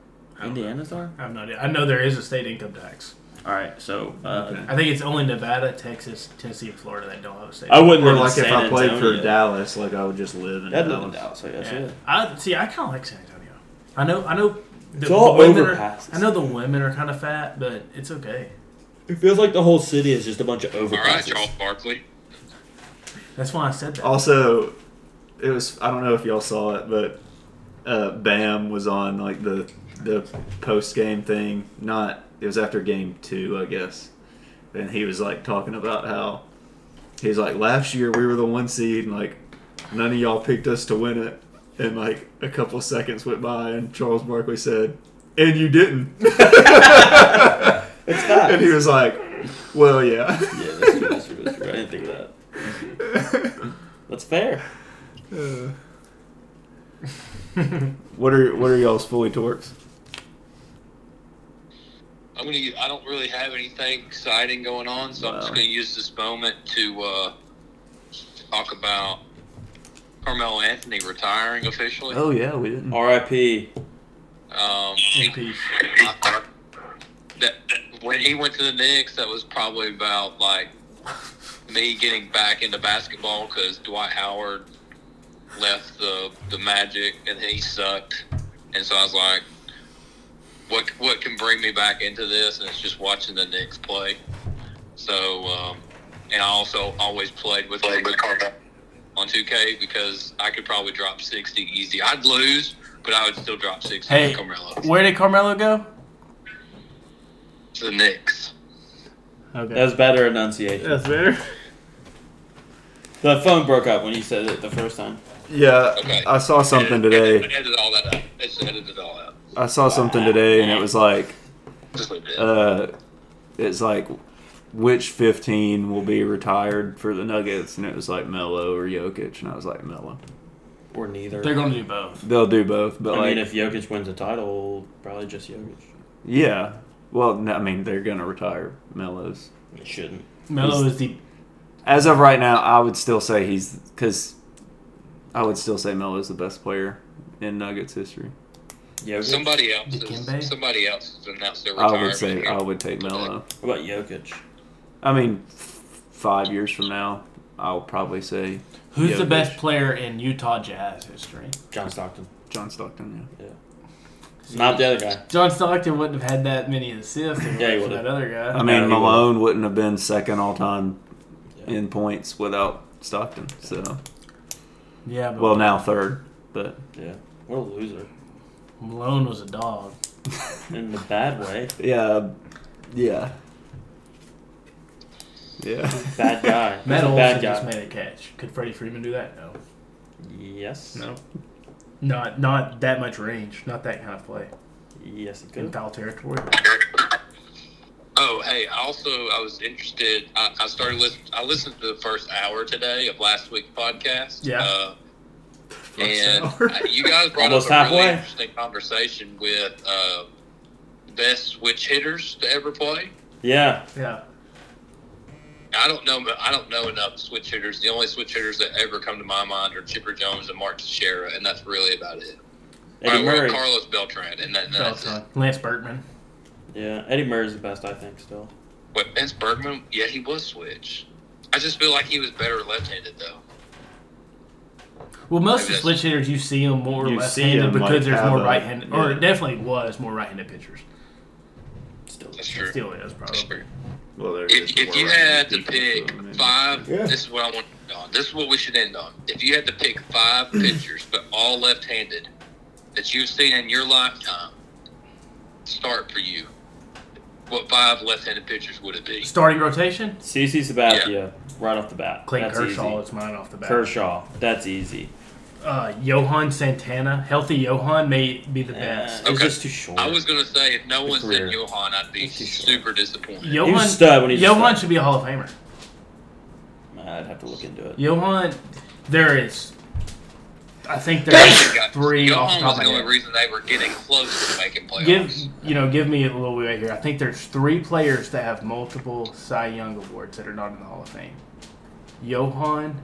S3: Indiana's are.
S5: I have no idea. I know there is a state income tax.
S3: All right, so uh,
S2: Okay.
S5: I think it's only Nevada, Texas, Tennessee, and Florida that don't have a state.
S3: I wouldn't
S2: Or
S3: live in
S2: like if
S3: San
S2: I played for
S3: Antonio.
S2: Dallas, like I would just live in
S3: That'd
S2: Dallas.
S3: live in Dallas, I guess. Yeah.
S5: Yeah. I see. I kind of like San Antonio. I know. I know. The
S3: It's all
S5: women are-
S3: overpasses.
S5: I know the women are kind of fat, but it's okay.
S3: It feels like the whole city is just a bunch of
S4: All right,
S3: overpasses.
S4: Charles Barkley.
S5: That's why I said that.
S2: Also, it was I don't know if y'all saw it, but uh, Bam was on like the the post game thing. Not it was after game two, I guess, and he was like talking about how he's like last year we were the one seed and like none of y'all picked us to win it, and like a couple seconds went by and Charles Barkley said, "And you didn't."
S3: it's
S2: and he was like, "Well, yeah."
S3: yeah, that's true, that's true, that's true. I didn't think of that. That's fair. Oh.
S2: what are what are y'all's fully torques?
S4: I'm gonna. u- I don't really have anything exciting going on, so I'm just
S2: Wow.
S4: gonna use this moment to uh, talk about Carmelo Anthony retiring officially.
S2: Oh yeah, we didn't.
S3: R.I.P.
S4: Um,
S5: In peace.
S4: I thought that, that when he went to the Knicks, that was probably about like me getting back into basketball because Dwight Howard left the the Magic and he sucked, and so I was like, what what can bring me back into this? And it's just watching the Knicks play. So, um, and I also always played with played with Carmelo on 2K because I could probably drop 60 easy. I'd lose, but I would still drop 60
S5: Hey,
S4: with Carmelo.
S5: where did Carmelo go?
S4: To the Knicks.
S5: Okay,
S3: That was better enunciation.
S5: that's better.
S3: The phone broke up when you said it the first time.
S2: Yeah,
S4: Okay.
S2: I saw something today.
S4: Edit, edit all that out. Just edit it all out.
S2: I saw something today, and it was like,
S4: Just leave it. in.
S2: uh, it's like, which fifteen will be retired for the Nuggets? And it was like Melo or Jokic, and I was like Melo.
S3: Or neither.
S5: They're gonna do both.
S2: They'll do both, but
S3: I
S2: like,
S3: mean, if Jokic wins a title, probably just Jokic.
S2: yeah. Well, no, I mean, they're gonna retire Melo's.
S3: It shouldn't.
S5: Melo is the
S2: As of right now, I would still say he's because I would still say Melo's the best player in Nuggets history.
S3: Jokic.
S4: somebody else.
S5: Dikembe?
S4: Is, somebody else has announced their
S2: I
S4: retirement.
S2: would say I would take Melo.
S3: What about Jokic?
S2: I mean, f- five years from now, I'll probably say
S5: who's the
S2: Jokic.
S5: best player in Utah Jazz history.
S3: John Stockton.
S2: John Stockton. Yeah.
S3: Not the other guy.
S5: John Stockton wouldn't have had that many assists. if it
S3: Yeah, he
S5: wasn't for
S3: would've.
S5: that other guy.
S2: I mean,
S3: he
S2: Malone wouldn't have been second all time
S3: Yeah.
S2: in points without Stockton. So,
S5: yeah, but
S2: well, now third, but
S3: Yeah. What a loser.
S5: Malone was a dog.
S3: In the bad way.
S2: yeah, yeah, yeah.
S3: Bad guy.
S5: Matt
S3: He's a
S5: Olson
S3: bad
S5: just
S3: guy.
S5: made a catch. Could Freddie Freeman do that? No.
S3: Yes.
S5: Not not that much range. Not that kind of play
S3: Yes, he
S5: in
S3: could.
S5: foul territory.
S4: Oh, hey. Also, I was interested. I, I started listening. I listened to the first hour today of last week's podcast.
S5: Yeah.
S4: Uh,
S2: First
S4: and
S2: hour.
S4: I- you guys brought
S3: Almost
S4: up a
S3: halfway.
S4: really interesting conversation with uh, best switch hitters to ever play.
S3: Yeah.
S5: Yeah.
S4: I don't know. I don't know enough switch hitters. The only switch hitters that ever come to my mind are Chipper Jones and Mark Teixeira, and that's really about it.
S3: Eddie
S4: All right, well,
S3: Murray.
S4: Carlos Beltran, and that, that's it.
S5: Beltran. Lance Bergman.
S3: Yeah, Eddie Murray's the best, I think, still.
S4: But Vince Bergman, yeah, he was switch. I just feel like he was better left-handed though.
S5: Well, most of the
S4: guess.
S5: switch hitters you see them more or
S2: You
S5: less
S2: see
S5: handed
S2: 'em,
S5: because
S2: like,
S5: there's
S2: have
S5: more
S2: a-
S5: right handed, or
S2: yeah.
S5: it definitely was more right handed pitchers. Still,
S4: That's true.
S5: still is probably.
S4: Sure.
S2: Well, there is
S4: If, if
S2: more
S4: you
S2: right
S4: had to
S2: people,
S4: pick
S2: so maybe-
S4: five,
S8: Yeah.
S4: this is what I want. No, this is what we should end on. If you had to pick five pitchers, but all left-handed, that you've seen in your lifetime, start for you. What five left-handed pitchers would it be?
S5: Starting rotation,
S3: CC Sabathia, right off the bat.
S5: Clayton
S3: that's
S5: Kershaw
S3: Easy.
S5: is mine off the bat.
S3: Kershaw, that's easy.
S5: Uh, Johan Santana, healthy Johan may be the
S4: Uh,
S3: Eh,
S5: best.
S3: It's
S4: Okay.
S3: just too short.
S4: I was gonna say if no one
S3: career.
S4: said Johan, I'd be
S3: It's too short.
S4: super disappointed.
S5: Johan,
S3: a stud when he's a
S5: Johan
S3: stud.
S5: should be a Hall of Famer.
S3: I'd have to look into it.
S5: Johan, there is. I think there's three off
S4: Johan
S5: the
S4: was
S5: top of
S4: the
S5: my
S4: only
S5: head.
S4: reason they were getting close to making playoffs.
S5: Give you know, give me a little leeway here. I think there's three players that have multiple Cy Young awards that are not in the Hall of Fame: Johan,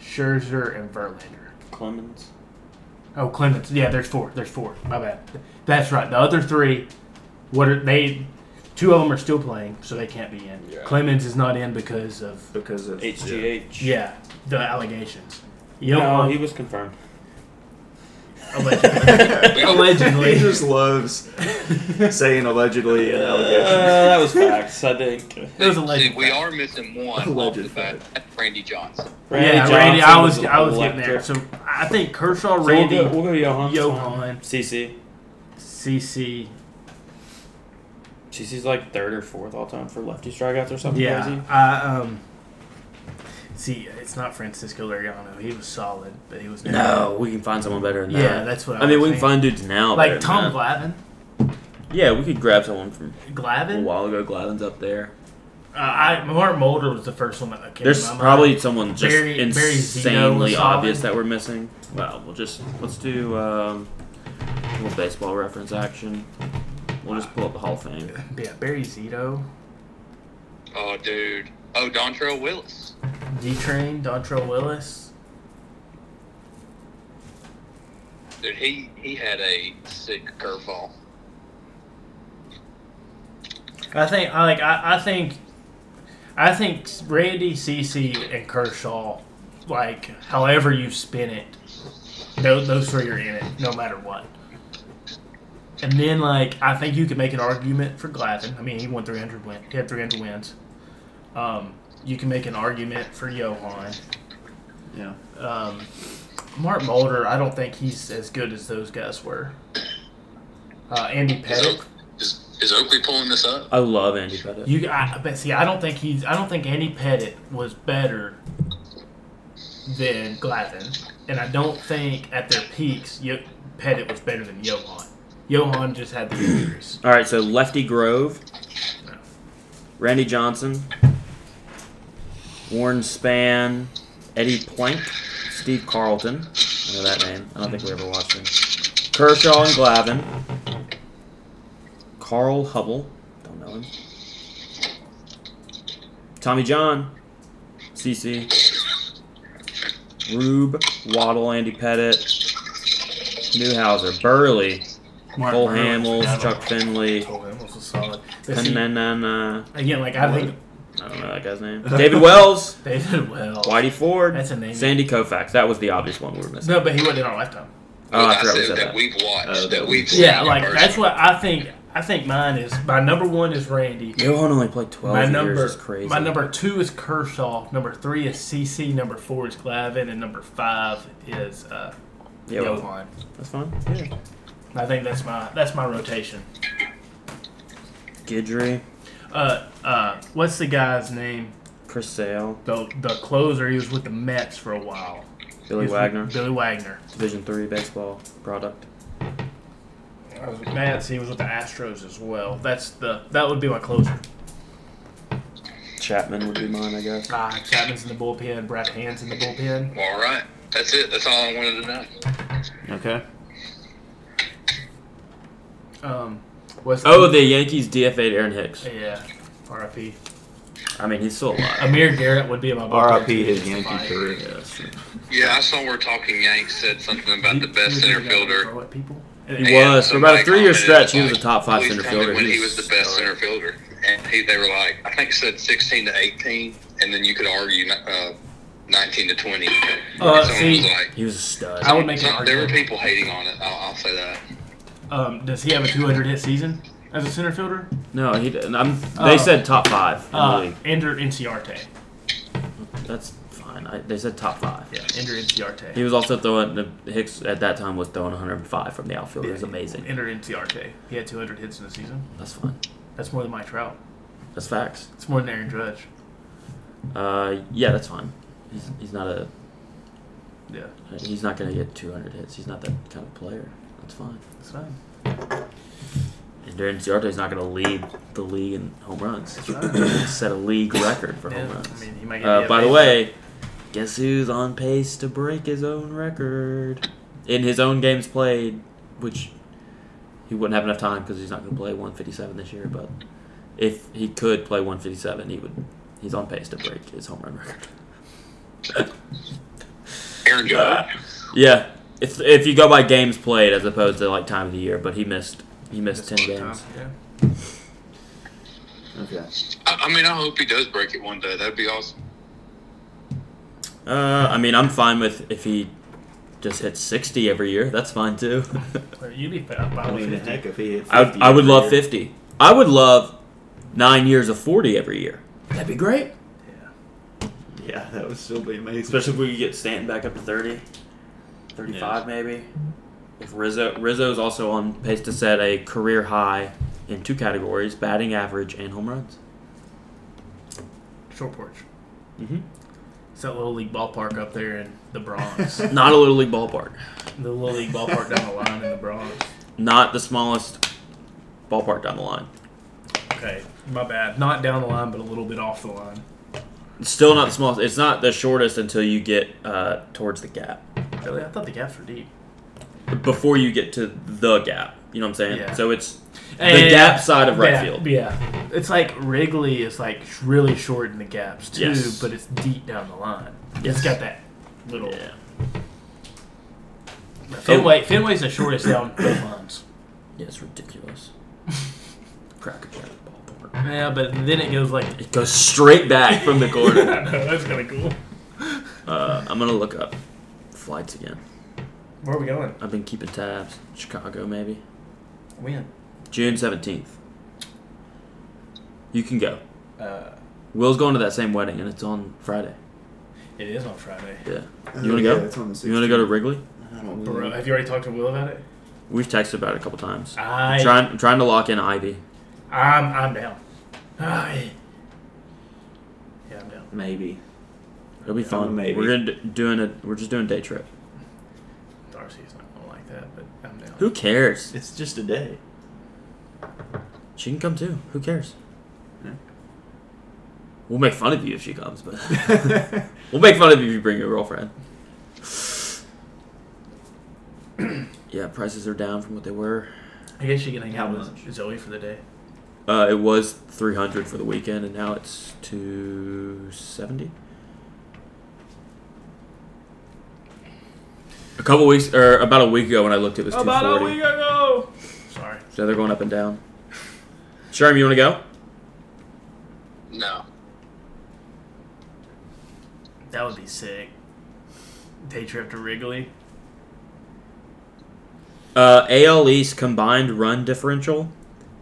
S5: Scherzer, and Verlander.
S3: Clemens.
S5: Oh, Clemens. Yeah, there's four. There's four. My bad. That's right. The other three, what are they? Two of them are still playing, so they can't be in.
S8: Yeah.
S5: Clemens is not in because of
S2: because of
S3: HGH.
S5: yeah the allegations.
S3: No,
S5: Johan
S3: he was confirmed.
S5: allegedly.
S2: He
S5: allegedly.
S2: just loves saying allegedly and allegations.
S3: Uh, that was facts, I think.
S5: It was a legend.
S4: See, we are missing one off
S2: Legend
S4: the bat. That's Randy Johnson.
S3: Randy
S5: yeah, Randy.
S3: Johnson
S5: I was,
S3: an
S5: I was getting
S3: electric.
S5: there. So I think Kershaw,
S3: So
S5: Randy,
S3: we'll go, we'll go Johan.
S5: Johan,
S3: CC.
S5: CC.
S3: CC's like third or fourth all time for lefty strikeouts or something
S5: Yeah,
S3: crazy.
S5: I um. See, it's not Francisco Liriano. He was solid, but he was
S3: No, we can find someone better than that.
S5: Yeah, that's what I
S3: I mean.
S5: was
S3: We can
S5: saying.
S3: find dudes now. better
S5: like
S3: than
S5: Tom
S3: that.
S5: Glavine.
S3: Yeah, we could grab someone from a
S5: Glavine.
S3: while ago. Glavin's up there.
S5: Uh, I Mark Mulder was the first one that came
S3: There's
S5: to my
S3: probably
S5: mind.
S3: someone just
S5: Barry- Barry
S3: insanely
S5: Zito,
S3: obvious
S5: Sobbing.
S3: that we're missing. Well, we'll just let's do um, a little baseball reference action. We'll just pull up the Hall of Fame.
S5: yeah Barry Zito,
S4: Oh, dude. Oh, Dontrell Willis.
S5: D Train, Dontrell Willis.
S4: Dude, he he had a sick curveball.
S5: I think I like I, I think I think Randy, CC, and Kershaw, like however you spin it, those, those three are in it no matter what. And then like I think you could make an argument for Glavin. I mean, he won 300 win. He had 300 wins. Um, you can make an argument for Johan.
S2: Yeah.
S5: Um, Mark Mulder, I don't think he's as good as those guys were. Uh, Andy
S4: Is,
S5: Pettit.
S4: Oak, is, is Oakley pulling this up?
S3: I love Andy Pettit.
S5: You, I, but see, I don't think he's. I don't think Andy Pettit was better than Glavin, and I don't think at their peaks, Yo, Pettit was better than Johan. Johan just had the injuries.
S3: All right, so Lefty Grove, Randy Johnson, Warren Span, Eddie Plank, Steve Carlton. I know that name. I don't think we ever watched him. Kershaw and Glavin, Carl Hubble. Don't know him. Tommy John, CC, Rube, Waddle, Andy Pettit, Newhouser, Burley,
S5: Mark
S3: Cole
S5: Burley,
S3: Hamels,
S5: Scott
S3: Chuck Finley,
S5: Cole Hamels was solid. But see,
S3: Kanana,
S5: again, like I think
S3: um, uh, I don't know that guy's name. David Wells,
S5: they did well.
S3: Whitey Ford,
S5: That's a name.
S3: Sandy Koufax. That was the obvious one we were missing.
S5: No, but he wasn't in our lifetime.
S3: Oh, I
S4: Like
S3: forgot we
S4: said,
S3: said that.
S4: we've watched,
S2: Oh,
S4: that we've seen.
S5: Yeah,
S4: in
S5: like
S4: person.
S5: that's what I think. I think mine is my number one is Randy.
S3: Johan only played 12
S5: My
S3: years.
S5: number,
S3: is crazy.
S5: my number two is Kershaw. Number three is CC. Number four is Glavin, and number five is uh,
S3: Yeah, well,
S5: Johan.
S3: that's fine. Yeah.
S5: I think that's my that's my rotation.
S3: Guidry,
S5: Uh, uh, what's the guy's name?
S3: Chris Sale,
S5: The the closer. He was with the Mets for a while. He
S3: Billy
S5: was with
S3: Wagner,
S5: Billy Wagner.
S3: Division Three baseball product.
S5: I was with Mets. He was with the Astros as well. That's the that would be my closer.
S3: Chapman would be mine, I guess.
S5: Ah, Chapman's in the bullpen. Brad Hand's in the bullpen.
S4: Well, all right. That's it. That's all I wanted to know.
S2: Okay.
S5: Um, what's
S3: Oh, the Yankees DFA'd Aaron Hicks.
S5: yeah. R.I.P.
S3: I mean, he's still alive.
S5: Amir Garrett would be in my bullpen.
S2: R.I.P. his Yankee
S5: Fire.
S2: career.
S4: Yeah, I saw where Talking Yanks said something about the best center fielder.
S5: Throw at people.
S3: He was. For about a
S4: somebody
S3: three year
S4: commented,
S3: stretch, he was a
S4: like,
S3: top five
S4: please
S3: center
S4: tell me
S3: fielder.
S4: When he
S3: He's
S4: was the best
S3: stellar.
S4: center fielder, and he, they were like, I think it said 16 to 18, and then you could argue uh, 19 to 20.
S5: Uh,
S4: Someone
S5: see,
S4: was like,
S3: He was a stud.
S5: I would make an
S4: some- there were
S5: argument.
S4: people hating on it. I'll, I'll say that.
S5: Um, does he have a 200 hit season as a center fielder?
S3: No, he. didn't. I'm,
S5: Oh.
S3: they said top five in the
S5: Uh,
S3: league.
S5: Ender Inciarte.
S3: That's fine. I, they said top five.
S5: Yeah, Ender
S3: He
S5: Inciarte.
S3: was also throwing the Hicks at that time was throwing 105 from the outfield. It was amazing.
S5: Ender Inciarte. He had 200 hits in the season.
S3: That's fine.
S5: That's more than Mike Trout.
S3: That's facts.
S5: It's more than Aaron Judge.
S3: Uh, yeah, that's fine. He's, he's not a.
S5: Yeah,
S3: He's not gonna get 200 hits. He's not that kind of player. That's fine.
S5: that's fine.
S3: And Darren Ciarte is not gonna lead the league in home runs.
S5: That's fine.
S3: Set a league record for home
S5: Yeah,
S3: runs.
S5: I mean, he might get
S3: Uh, by the
S5: DFA'd.
S3: way, guess who's on pace to break his own record in his own games played, which he wouldn't have enough time because he's not going to play 157 this year. But if he could play 157, he would. He's on pace to break his home run record.
S4: Aaron Judge.
S3: Yeah, if if you go by games played as opposed to like time of the year, but he missed he missed 10 games.
S5: Yeah.
S2: Okay.
S4: I, I mean, I hope he does break it one day. That'd be awesome.
S3: Uh, I mean, I'm fine with if he just hits 60 every year. That's fine too.
S5: Well, You'd be fine
S2: I mean,
S5: with 50.
S2: heck, if he hit
S3: I,
S2: 50
S3: I would
S2: every
S3: love
S2: year-
S3: 50. I would love nine years of 40 every year. That'd be great.
S2: Yeah, that would still be amazing.
S3: Especially if we could get Stanton back up to 30, 35
S2: Yeah.
S3: maybe. If Rizzo Rizzo's also on pace to set a career high in two categories, batting average and home runs.
S5: Short porch.
S3: Mm-hmm.
S5: It's that little league ballpark up there in the Bronx. the
S3: Not a little league ballpark.
S5: little league ballpark down the line in the Bronx.
S3: Not the smallest ballpark down the line.
S5: Okay, my bad. Not down the line, but a little bit off the line.
S3: It's still not the smallest. It's not the shortest until you get uh, towards the gap.
S5: Really? I thought the gaps were deep.
S3: Before you get to the gap. You know what I'm saying?
S5: Yeah.
S3: So it's the
S5: And-
S3: gap side of right
S5: yeah,
S3: field.
S5: Yeah. It's like Wrigley is like really short in the gaps too,
S3: Yes.
S5: but it's deep down the line.
S3: Yes.
S5: It's got that little.
S3: Yeah. Oh.
S5: Fenway, Fenway's the shortest down both lines.
S3: Yeah, it's ridiculous. Crack a jack ballpark.
S5: Yeah, but then it goes like.
S3: It goes straight back from the corner.
S5: that's kind of cool.
S3: uh, I'm gonna look up flights again.
S5: Where are we going?
S3: I've been keeping tabs. Chicago, maybe
S5: When?
S3: June 17th. You can go.
S5: Uh,
S3: Will's going to that same wedding, and it's on Friday.
S5: it is on Friday.
S3: Yeah.
S2: Oh,
S3: You wanna
S2: yeah,
S3: go?
S2: it's on the
S3: You want to go to Wrigley?
S2: 16th. I don't
S5: Bro,
S2: know.
S5: have you already talked to Will about it?
S3: We've texted about it a couple times.
S5: I,
S3: trying, I'm trying to lock in Ivy.
S5: I'm, I'm down. I, yeah, I'm down.
S2: Maybe.
S3: It'll be fun.
S2: maybe.
S3: We're gonna do, doing it. We're just doing a day trip.
S5: Darcy's not gonna like that, but I'm down.
S3: Who cares?
S2: It's just a day.
S3: She can come too. Who cares?
S2: Yeah.
S3: We'll make fun of you if she comes, but we'll make fun of you if you bring your girlfriend. yeah, prices are down from what they were.
S5: I guess you can hang out
S2: How
S5: with Zoe for the day.
S3: Uh, it was three hundred for the weekend, and now it's two seventy. A couple weeks, or about a week ago, when I looked, it was two forty.
S5: ago. Sorry.
S3: So they're going up and down. Sherm, you want to go?
S4: No.
S5: That would be sick. Day trip to Wrigley.
S3: Uh, AL East combined run differential,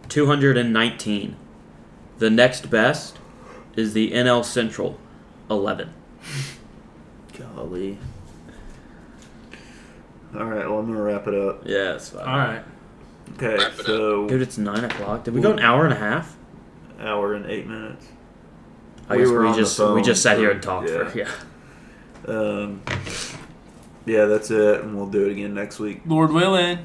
S3: 219. The next best is the NL Central, 11.
S2: Golly. All right, well, I'm going to wrap it up.
S3: Yeah, that's fine.
S5: All right.
S2: Okay,
S4: Wrap it up.
S2: so
S3: Dude, it's 9 o'clock. Did we go an hour and a half?
S2: hour and eight minutes.
S3: I
S2: We
S3: guess
S2: were
S3: we
S2: on the
S3: just we
S2: phone
S3: just sat
S2: for-
S3: here and talked
S2: yeah.
S3: for yeah.
S2: Um, yeah, that's it, and we'll do it again next week.
S5: Lord willing.